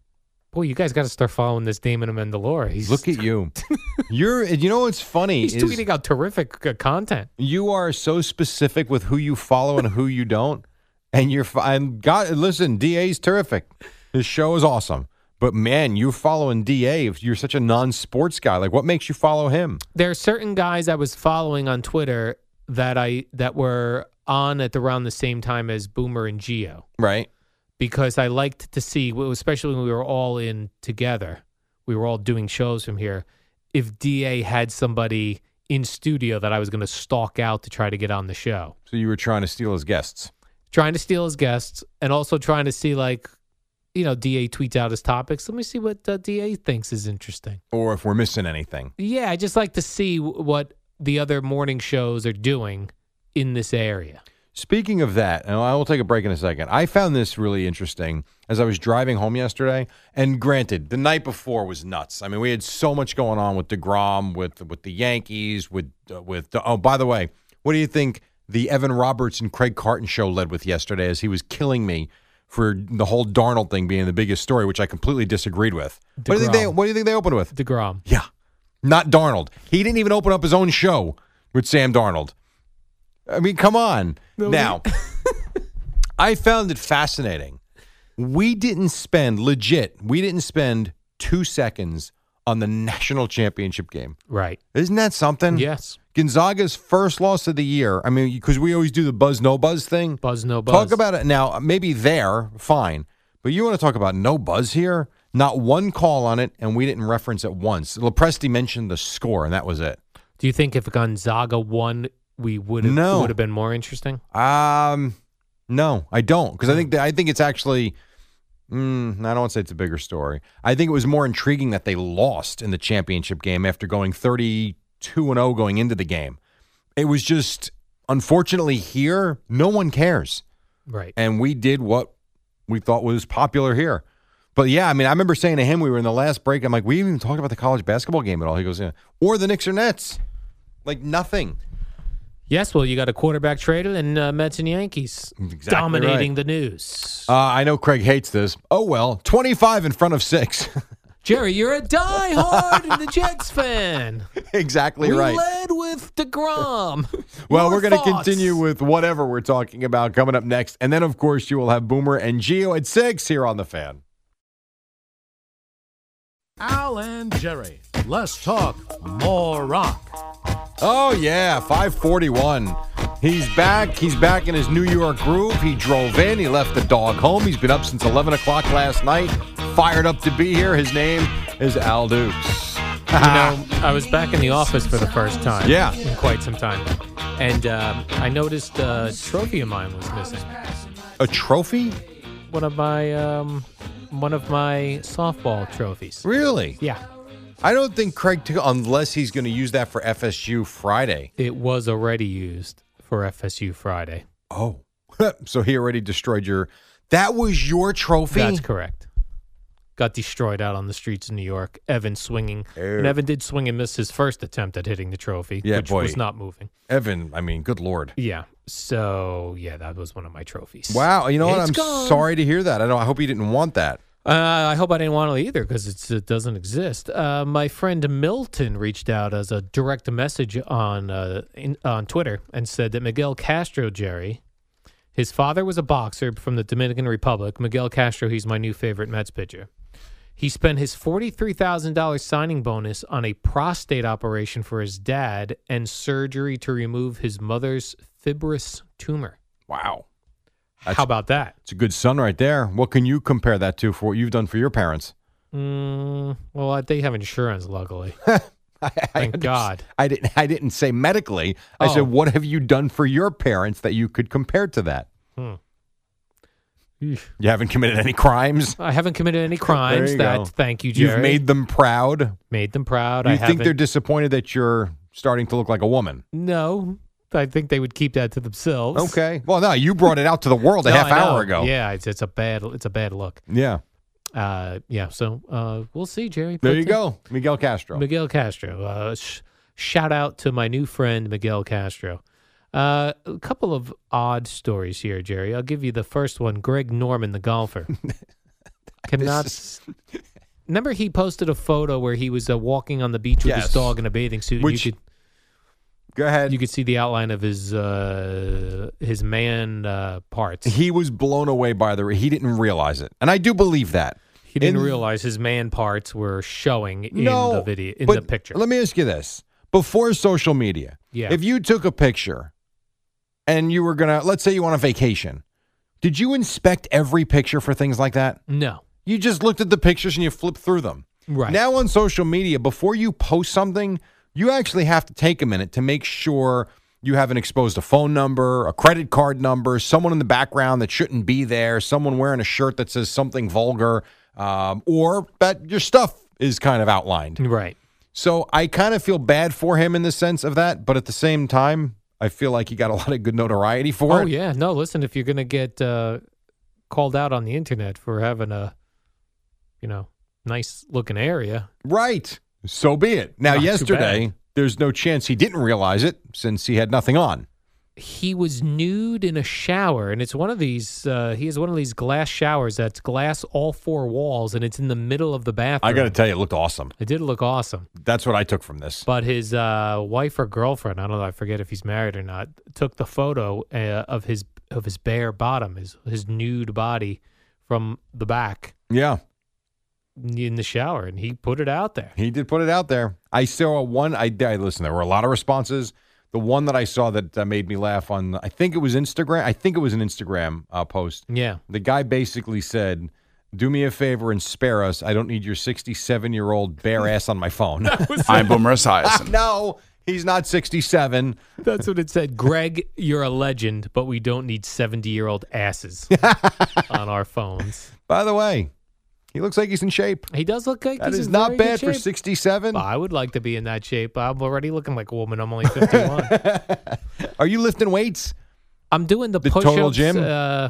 Speaker 2: Boy, you guys got to start following this Damon Amendola. He's
Speaker 3: Look at you. You're. You know what's funny
Speaker 2: he's
Speaker 3: is
Speaker 2: tweeting out terrific uh, content.
Speaker 3: you are so specific with who you follow and who you don't, and you're. fi- And God, listen, DA's terrific. His show is awesome. But man, you're following DA. If you're such a non-sports guy, like what makes you follow him?
Speaker 2: There are certain guys I was following on Twitter that I that were on at around the same time as Boomer and Geo
Speaker 3: Right.
Speaker 2: because I liked to see, well, especially when we were all in together, we were all doing shows from here. If Da had somebody in studio that I was going to stalk out to try to get on the show,
Speaker 3: So you were trying to steal his guests.
Speaker 2: trying to steal his guests and also trying to see like you know da tweets out his topics let me see what uh, da thinks is interesting
Speaker 3: or if we're missing anything.
Speaker 2: yeah i just like to see w- what the other morning shows are doing in this area
Speaker 3: Speaking of that, and I will take a break in a second. I found this really interesting as I was driving home yesterday. And granted, the night before was nuts. I mean, we had so much going on with Degrom, with with the Yankees, with uh, with. oh, by the way, what do you think the Evan Roberts and Craig Carton show led with yesterday? As he was killing me for the whole Darnold thing being the biggest story, which I completely disagreed with. What do you think they?
Speaker 2: DeGrom.
Speaker 3: What do you think they opened with?
Speaker 2: degrom
Speaker 3: Yeah. Not Darnold. He didn't even open up his own show with Sam Darnold. I mean, come on. now, I found it fascinating. We didn't spend, legit, we didn't spend two seconds on the national championship game.
Speaker 2: right
Speaker 3: Isn't that something?
Speaker 2: yes
Speaker 3: Gonzaga's first loss of the year. I mean, because we always do the buzz, no buzz thing.
Speaker 2: buzz no buzz
Speaker 3: Talk about it now. Maybe there, fine, but you want to talk about no buzz here? Not one call on it, and we didn't reference it once. Lepresti mentioned the score, and that was it.
Speaker 2: do you think if gonzaga won we would have
Speaker 3: No.
Speaker 2: would have been more interesting
Speaker 3: Um, no, I don't, because I think that, I think it's actually. Mm, I don't want to say it's a bigger story. I think it was more intriguing that they lost in the championship game after going thirty-two and zero going into the game. It was just unfortunately here, no one cares.
Speaker 2: right
Speaker 3: and we did what we thought was popular here. But yeah, I mean, I remember saying to him, we were in the last break. I'm like, we haven't even talked about the college basketball game at all. He goes, yeah. or the Knicks or Nets, like nothing.
Speaker 2: yes well you got a quarterback traded and uh, mets and yankees
Speaker 3: Exactly
Speaker 2: dominating
Speaker 3: right.
Speaker 2: the news
Speaker 3: Uh, I know Craig hates this. Oh well, 25 in front of six.
Speaker 2: jerry you're a diehard and the jets fan
Speaker 3: exactly right.
Speaker 2: We led with DeGrom.
Speaker 3: Well,
Speaker 2: Your
Speaker 3: we're going to
Speaker 2: thoughts?
Speaker 3: continue with whatever we're talking about coming up next, and then of course you will have Boomer and Geo at six here on the Fan.
Speaker 4: Al and Jerry. Less talk, more rock.
Speaker 3: Oh yeah, 541. He's back. He's back in his New York groove. He drove in. He left the dog home. He's been up since 11 o'clock last night. Fired up to be here. His name is Al Dukes.
Speaker 2: You know, I was back in the office for the first time.
Speaker 3: Yeah.
Speaker 2: In quite some time. And um, I noticed a trophy of mine was missing.
Speaker 3: A trophy?
Speaker 2: One of my um, one of my softball trophies.
Speaker 3: Really?
Speaker 2: Yeah.
Speaker 3: I don't think Craig took unless he's going to use that for FSU Friday.
Speaker 2: It was already used for FSU Friday.
Speaker 3: Oh. so he already destroyed your That was your trophy?
Speaker 2: That's correct. Got destroyed out on the streets of New York. Evan swinging. And
Speaker 3: Oh.
Speaker 2: Evan did swing and miss his first attempt at hitting the trophy,
Speaker 3: Yeah,
Speaker 2: which
Speaker 3: boy.
Speaker 2: was not moving.
Speaker 3: Evan, I mean, good lord.
Speaker 2: Yeah. So, yeah, that was one of my trophies.
Speaker 3: Wow, you know what?
Speaker 2: It's
Speaker 3: I'm
Speaker 2: gone.
Speaker 3: sorry to hear that. I know I hope he didn't want that.
Speaker 2: Uh, I hope I didn't want to either because it doesn't exist. Uh, my friend Milton reached out as a direct message on uh, in, on Twitter and said that Miguel Castro, Jerry, his father was a boxer from the Dominican Republic. Miguel Castro, he's my new favorite Mets pitcher. He spent his $43,000 signing bonus on a prostate operation for his dad and surgery to remove his mother's fibrous tumor.
Speaker 3: Wow.
Speaker 2: How about that?
Speaker 3: It's a good son right there. What can you compare that to for what you've done for your parents?
Speaker 2: Mm, well, they have insurance, luckily.
Speaker 3: I,
Speaker 2: Thank God.
Speaker 3: I didn't I didn't say medically. I said
Speaker 2: Oh.
Speaker 3: what have you done for your parents that you could compare to that?
Speaker 2: Eesh.
Speaker 3: You haven't committed any crimes.
Speaker 2: I haven't committed any
Speaker 3: There
Speaker 2: crimes.
Speaker 3: you
Speaker 2: That
Speaker 3: go.
Speaker 2: thank you, Jerry.
Speaker 3: You've made them proud.
Speaker 2: made them proud.
Speaker 3: Do
Speaker 2: I
Speaker 3: you think they're
Speaker 2: haven't-
Speaker 3: disappointed that you're starting to look like a woman?
Speaker 2: no. I think they would keep that to themselves.
Speaker 3: Okay. Well, no, you brought it out to the world a
Speaker 2: No,
Speaker 3: half
Speaker 2: I know.
Speaker 3: hour ago.
Speaker 2: Yeah, it's, it's a bad it's a bad look.
Speaker 3: Yeah.
Speaker 2: Uh, yeah. So uh, we'll see, Jerry.
Speaker 3: There
Speaker 2: But,
Speaker 3: you
Speaker 2: uh,
Speaker 3: go. Miguel Castro.
Speaker 2: Miguel Castro. Uh, sh- shout out to my new friend Miguel Castro. Uh, a couple of odd stories here, Jerry. I'll give you the first one. Greg Norman, the golfer, cannot.
Speaker 3: is-
Speaker 2: s- Remember, he posted a photo where he was uh, walking on the beach with
Speaker 3: Yes.
Speaker 2: his dog in a bathing suit. and
Speaker 3: Which-
Speaker 2: you could,
Speaker 3: go ahead.
Speaker 2: you could see the outline of his uh, his man uh, parts.
Speaker 3: he was blown away by the he didn't realize it. And I do believe that.
Speaker 2: He didn't
Speaker 3: In-
Speaker 2: realize his man parts were showing in the video in
Speaker 3: but
Speaker 2: the picture.
Speaker 3: Let me ask you this: before social media,
Speaker 2: Yeah.
Speaker 3: if you took a picture and you were gonna, let's say you went on a vacation, did you inspect every picture for things like that?
Speaker 2: no,
Speaker 3: You just looked at the pictures and you flipped through them.
Speaker 2: right
Speaker 3: Now on social media, before you post something, you actually have to take a minute to make sure you haven't exposed a phone number, a credit card number, someone in the background that shouldn't be there, someone wearing a shirt that says something vulgar, um, or that your stuff is kind of outlined.
Speaker 2: right.
Speaker 3: So I kind of feel bad for him in the sense of that, but at the same time, I feel like he got a lot of good notoriety for
Speaker 2: Oh
Speaker 3: it.
Speaker 2: yeah, no. Listen, if you're gonna get uh, called out on the internet for having a, you know, nice looking area,
Speaker 3: Right. So be it. Now,
Speaker 2: Not too
Speaker 3: yesterday,
Speaker 2: bad.
Speaker 3: there's no chance he didn't realize it since he had nothing on.
Speaker 2: he was nude in a shower, and it's one of these. Uh, he has one of these glass showers that's glass all four walls, and it's in the middle of the bathroom.
Speaker 3: I got to tell you, it looked awesome.
Speaker 2: It did look awesome,
Speaker 3: That's what I took from this.
Speaker 2: but his uh, wife or girlfriend, I don't know, I forget if he's married or not, took the photo uh, of his of his bare bottom, his his nude body from the back
Speaker 3: Yeah,
Speaker 2: in the shower, and he put it out there.
Speaker 3: he did put it out there. I saw one. I, I listen. There were a lot of responses. The one that I saw that uh, made me laugh on, I think it was Instagram. I think it was an Instagram uh, post.
Speaker 2: Yeah.
Speaker 3: The guy basically said, "Do me a favor and spare us. I don't need your 67-year-old bare ass on my phone."
Speaker 7: I'm Boomer Esiason.
Speaker 3: no, he's not 67.
Speaker 2: That's what it said. Greg, you're a legend, but we don't need 70 year old asses on our phones.
Speaker 3: By the way, he looks like he's in shape.
Speaker 2: He does look like
Speaker 3: That
Speaker 2: he's
Speaker 3: is
Speaker 2: in
Speaker 3: not
Speaker 2: very good
Speaker 3: bad for
Speaker 2: shape.
Speaker 3: 67.
Speaker 2: I would like to be in that shape. I'm already looking like a woman. I'm only 51.
Speaker 3: Are you lifting weights?
Speaker 2: I'm doing the,
Speaker 3: The
Speaker 2: push
Speaker 3: total gym?
Speaker 2: Uh,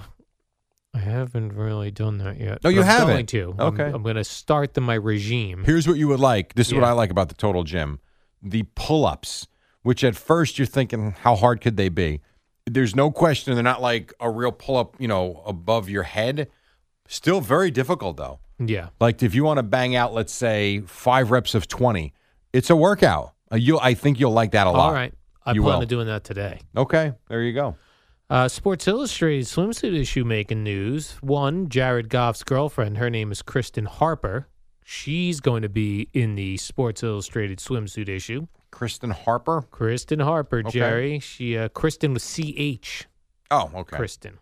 Speaker 2: I haven't really done that yet.
Speaker 3: No, you
Speaker 2: I'm
Speaker 3: haven't.
Speaker 2: Going to. I'm-
Speaker 3: Okay.
Speaker 2: I'm, going to start the, my regime.
Speaker 3: Here's what you would like. This is what
Speaker 2: Yeah.
Speaker 3: I like about the total gym the pull ups, which at first you're thinking, how hard could they be? There's no question they're not like a real pull up, you know, above your head. Still very difficult though.
Speaker 2: Yeah.
Speaker 3: Like if you want to bang out, let's say five reps of 20, it's a workout. Uh, You, I think you'll like that a lot.
Speaker 2: All right. I
Speaker 3: You
Speaker 2: plan
Speaker 3: will.
Speaker 2: on doing that today.
Speaker 3: Okay, there you go.
Speaker 2: Uh, Sports Illustrated swimsuit issue making news. One, Jared Goff's girlfriend, her name is Kristen Harper. She's going to be in the Sports Illustrated swimsuit issue.
Speaker 3: Kristen Harper.
Speaker 2: Kristen Harper,
Speaker 3: Okay.
Speaker 2: Jerry. She uh, Kristen with CH.
Speaker 3: Oh, okay.
Speaker 2: Kristen.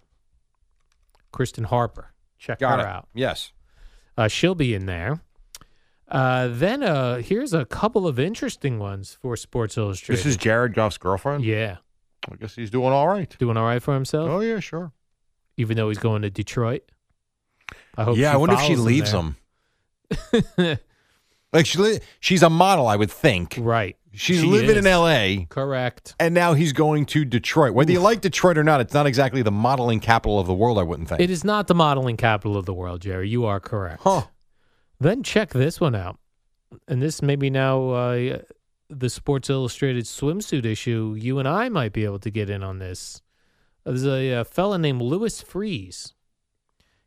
Speaker 2: Kristen Harper. Check
Speaker 3: Got
Speaker 2: her
Speaker 3: it.
Speaker 2: out.
Speaker 3: Yes.
Speaker 2: Uh, she'll be in there. Uh, then uh, here's a couple of interesting ones for Sports Illustrated.
Speaker 3: This is Jared Goff's girlfriend.
Speaker 2: yeah,
Speaker 3: I guess he's doing all right.
Speaker 2: doing all right for himself,
Speaker 3: Oh yeah, sure.
Speaker 2: even though he's going to Detroit. I hope.
Speaker 3: yeah, I wonder if she
Speaker 2: follows
Speaker 3: leaves
Speaker 2: there.
Speaker 3: him. Like she, li- she's a model, I would think.
Speaker 2: Right.
Speaker 3: She's
Speaker 2: She
Speaker 3: living in
Speaker 2: is.
Speaker 3: L.A.
Speaker 2: Correct.
Speaker 3: and now he's going to Detroit. Whether you like Detroit or not, it's not exactly the modeling capital of the world. I wouldn't think.
Speaker 2: It is not the modeling capital of the world, Jerry. You are correct.
Speaker 3: Huh.
Speaker 2: Then check this one out. And this maybe now uh, the Sports Illustrated swimsuit issue. You and I might uh, be able to get in on this. There's a, uh fella named Lewis Freeze.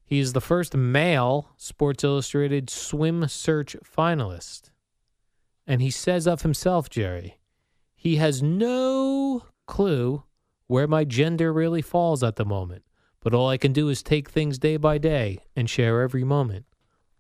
Speaker 2: He is the first male Sports Illustrated swim search finalist. And he says of himself, Jerry, he has no clue where my gender really falls at the moment. But all I can do is take things day by day and share every moment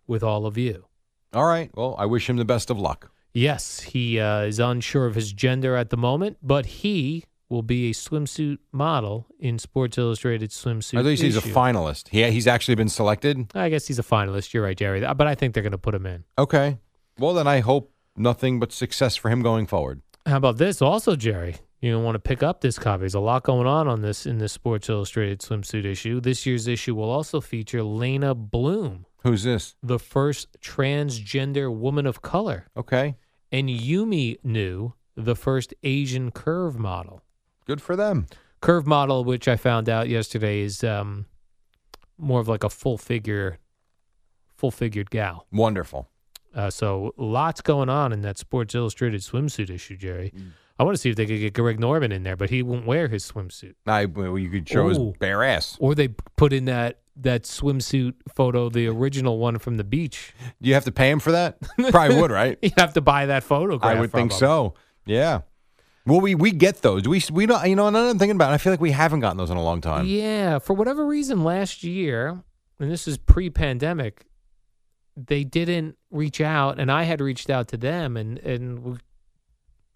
Speaker 2: with all of you.
Speaker 3: All right. Well, I wish him the best of luck.
Speaker 2: Yes, he uh, is unsure of his gender at the moment, but he will be a swimsuit model in Sports Illustrated swimsuit.
Speaker 3: At least he's a
Speaker 2: issue.
Speaker 3: finalist. Yeah, he's actually been selected.
Speaker 2: I guess he's a finalist. You're right, Jerry. But I think they're going to put him in.
Speaker 3: Okay. Well, then I hope nothing but success for him going forward.
Speaker 2: How about this, also, Jerry? You want to pick up this copy. There's a lot going on on this in this Sports Illustrated swimsuit issue. This year's issue will also feature Lena Bloom,
Speaker 3: Who's this?
Speaker 2: the first transgender woman of color,
Speaker 3: Okay.
Speaker 2: and Yumi New, the first Asian curve model.
Speaker 3: Good for them.
Speaker 2: curve model, which I found out yesterday, is um, more of like a full figure, full figured gal.
Speaker 3: Wonderful.
Speaker 2: Uh, so lots going on in that Sports Illustrated swimsuit issue, Jerry.
Speaker 3: Mm.
Speaker 2: I want to see if they could get Greg Norman in there, but he won't wear his swimsuit.
Speaker 3: I well, you could show
Speaker 2: Ooh.
Speaker 3: his bare ass.
Speaker 2: Or they put in that that swimsuit photo, the original one from the beach.
Speaker 3: You have to pay him for that. Probably would, right?
Speaker 2: You have to buy that photograph.
Speaker 3: I would
Speaker 2: from
Speaker 3: think
Speaker 2: him.
Speaker 3: so. Yeah. Well, we we get those. Do we we don't. You know, another thing about. It, I feel like we haven't gotten those in a long time.
Speaker 2: Yeah, for whatever reason, last year, and this is pre-pandemic, they didn't reach out, and I had reached out to them, and and we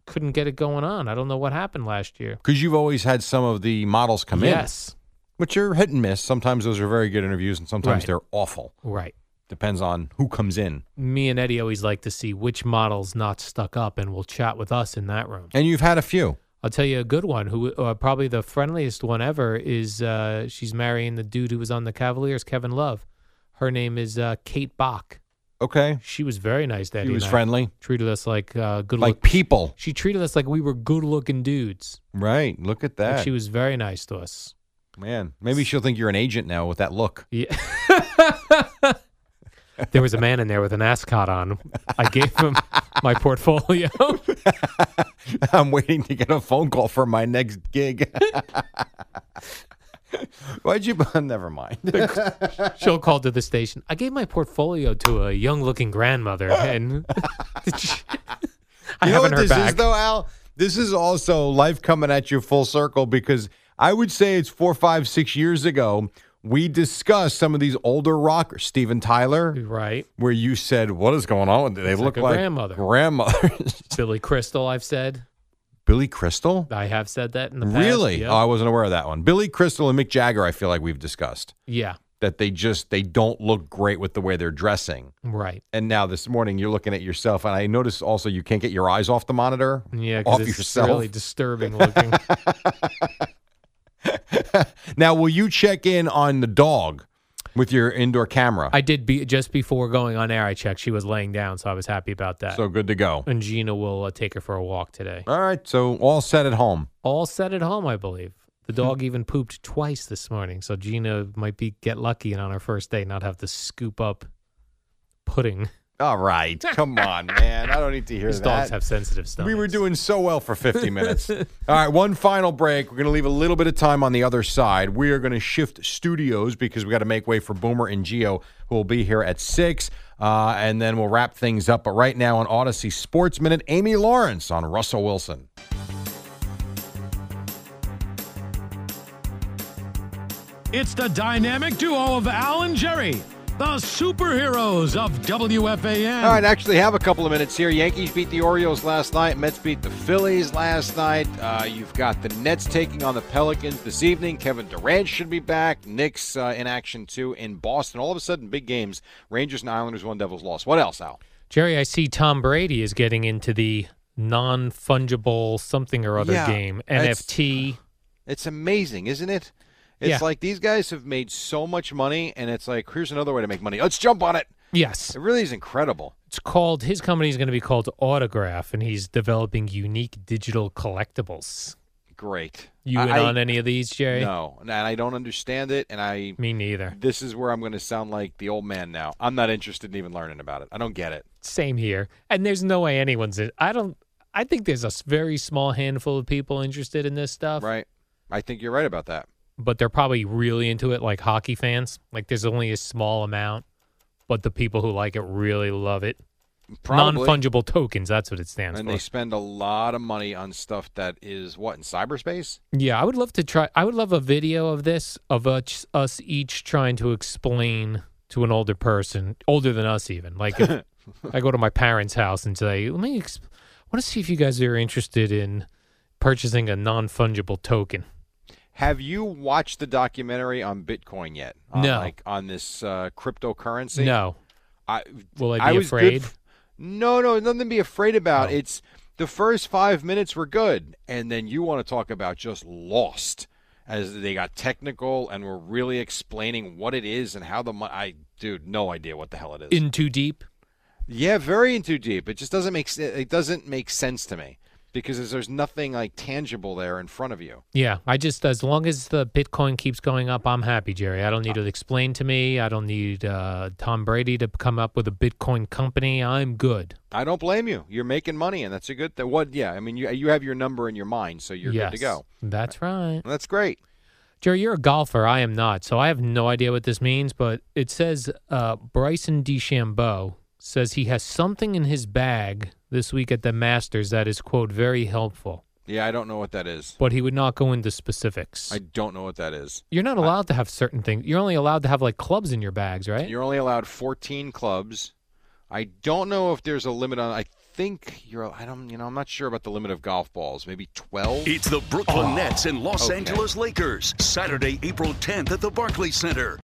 Speaker 2: couldn't get it going on. I don't know what happened last year.
Speaker 3: Because you've always had some of the models come
Speaker 2: yes,
Speaker 3: in, which are hit and miss. Sometimes those are very good interviews, and sometimes
Speaker 2: Right.
Speaker 3: they're awful.
Speaker 2: right.
Speaker 3: Depends on who comes in.
Speaker 2: Me and Eddie always like to see which model's not stuck up, and will chat with us in that room.
Speaker 3: And you've had a few.
Speaker 2: I'll tell you a good one. Who uh, probably the friendliest one ever is uh, she's marrying the dude who was on the Cavaliers, Kevin Love. Her name is uh, Kate Bach.
Speaker 3: Okay,
Speaker 2: She was very nice. That
Speaker 3: he was friendly,
Speaker 2: treated us like uh, good
Speaker 3: like
Speaker 2: look-
Speaker 3: people.
Speaker 2: She treated us like we were good looking dudes.
Speaker 3: Right. Look at
Speaker 2: Like,
Speaker 3: that,
Speaker 2: she was very nice to us.
Speaker 3: man. Maybe she'll think you're an agent now with that look.
Speaker 2: Yeah. there was a man in there with an ascot on. I gave him my portfolio.
Speaker 3: I'm waiting to get a phone call for my next gig. Why'd you? Never mind.
Speaker 2: She'll call to the station. I gave my portfolio to a young looking grandmother and I
Speaker 3: you know
Speaker 2: haven't
Speaker 3: what
Speaker 2: heard
Speaker 3: this
Speaker 2: back.
Speaker 3: is though, Al? This is also life coming at you full circle because I would say it's four, five, six years ago we discussed some of these older rockers, Steven Tyler,
Speaker 2: right.
Speaker 3: where you said, "What is going on? Do they
Speaker 2: It's
Speaker 3: look
Speaker 2: like a
Speaker 3: like
Speaker 2: grandmother."
Speaker 3: grandmothers?"
Speaker 2: Billy Crystal, I've said.
Speaker 3: Billy Crystal.
Speaker 2: I have said that in the past.
Speaker 3: Really?
Speaker 2: Yeah.
Speaker 3: Oh, I wasn't aware of that one. Billy Crystal and Mick Jagger. I feel like we've discussed
Speaker 2: yeah.
Speaker 3: that they just they don't look great with the way they're dressing.
Speaker 2: Right.
Speaker 3: And now this morning you're looking at yourself, and I noticed also you can't get your eyes off the monitor.
Speaker 2: Yeah,
Speaker 3: off
Speaker 2: because it's
Speaker 3: yourself.
Speaker 2: really disturbing looking.
Speaker 3: Now, will you check in on the dog with your indoor camera?
Speaker 2: I did be just before going on air. I checked; she was laying down, so I was happy about that.
Speaker 3: so good to go.
Speaker 2: and Gina will uh, take her for a walk today.
Speaker 3: All right, so all set at home.
Speaker 2: All set at home, I believe.
Speaker 3: Hmm.
Speaker 2: The dog even pooped twice this morning, so Gina might be get lucky and on her first day not have to scoop up pudding.
Speaker 3: All right, come on, man. I don't need to hear
Speaker 2: These
Speaker 3: that.
Speaker 2: dogs have sensitive stuff.
Speaker 3: we were doing so well for 50 minutes. All right, one final break. We're going to leave a little bit of time on the other side. We are going to shift studios because we got to make way for Boomer and Geo, who will be here at 6. Uh, and then we'll wrap things up. But right now on Odyssey Sports Minute, Amy Lawrence on Russell Wilson.
Speaker 4: It's the dynamic duo of Al and Jerry, the superheroes of WFAN.
Speaker 3: All right, actually have a couple of minutes here. Yankees beat the Orioles last night. Mets beat the Phillies last night. Uh, you've got the Nets taking on the Pelicans this evening. Kevin Durant should be back. Knicks uh, in action too in Boston. All of a sudden, big games. Rangers and Islanders won. Devils lost. What else, Al?
Speaker 2: Jerry. I see Tom Brady is getting into the non fungible something or other
Speaker 3: Yeah,
Speaker 2: game
Speaker 3: that's-
Speaker 2: NFT.
Speaker 3: It's amazing, isn't it? It's
Speaker 2: Yeah.
Speaker 3: like these guys have made so much money, and it's like here's another way to make money. Let's jump on it.
Speaker 2: Yes,
Speaker 3: It really is incredible.
Speaker 2: it's called. His company is going to be called Autograph, and he's developing unique digital collectibles.
Speaker 3: Great.
Speaker 2: You
Speaker 3: I-
Speaker 2: in
Speaker 3: I-
Speaker 2: on any of these, Jerry?
Speaker 3: No, and I don't understand it, and I
Speaker 2: Me neither.
Speaker 3: this is where I'm going to sound like the old man now. I'm not interested in even learning about it. I don't get it.
Speaker 2: Same here. And there's no way anyone's. In, I don't. I think there's a s- very small handful of people interested in this stuff.
Speaker 3: Right? I think you're right about that.
Speaker 2: but they're probably really into it, like hockey fans. Like there's only a small amount, but the people who like it really love it. Non
Speaker 3: Probably.
Speaker 2: fungible tokens, that's what it stands
Speaker 3: And
Speaker 2: for.
Speaker 3: they spend a lot of money on stuff that is what in cyberspace.
Speaker 2: Yeah, I would love to try. I would love a video of this of us, us each trying to explain to an older person, older than us even. Like, if I go to my parents' house and say, "Let me, exp- I want to see if you guys are interested in purchasing a non fungible token."
Speaker 3: Have you watched the documentary on Bitcoin yet? On,
Speaker 2: No.
Speaker 3: Like on this uh, cryptocurrency.
Speaker 2: No,
Speaker 3: I
Speaker 2: will I
Speaker 3: I
Speaker 2: be
Speaker 3: was good
Speaker 2: afraid?
Speaker 3: f- no, no, nothing to be afraid about. It's the first five minutes were good, and then you want to talk about just lost as they got technical and were really explaining what it is and how the money. I dude, no idea what the hell it is.
Speaker 2: In too deep.
Speaker 3: yeah, very in too deep. It just doesn't make s- it doesn't make sense to me because there's nothing like tangible there in front of you.
Speaker 2: Yeah, I just as long as the Bitcoin keeps going up, I'm happy, Jerry. I don't
Speaker 3: Ah.
Speaker 2: need it explained to me. I don't need uh, Tom Brady to come up with a Bitcoin company. I'm good.
Speaker 3: I don't blame you. You're making money, and that's a good thing. What? Yeah, I mean, you you have your number in your mind, so you're
Speaker 2: yes,
Speaker 3: good to go.
Speaker 2: That's right.
Speaker 3: And that's great.
Speaker 2: Jerry, you're a golfer. I am not, so I have no idea what this means. But it says uh, Bryson DeChambeau says he has something in his bag this week at the Masters that is quote very helpful,
Speaker 3: Yeah, I don't know what that is.
Speaker 2: but he would not go into specifics.
Speaker 3: I don't know what that is.
Speaker 2: you're not allowed to have certain things. You're only allowed to have like clubs in your bags, right?
Speaker 3: You're only allowed 14 clubs. I don't know if there's a limit on. I think you're. I don't. You know, I'm not sure about the limit of golf balls. Maybe 12.
Speaker 8: It's
Speaker 7: Ah.
Speaker 8: the Brooklyn Nets and Los
Speaker 3: okay.
Speaker 8: Angeles Lakers, Saturday, April 10th at the Barclays Center.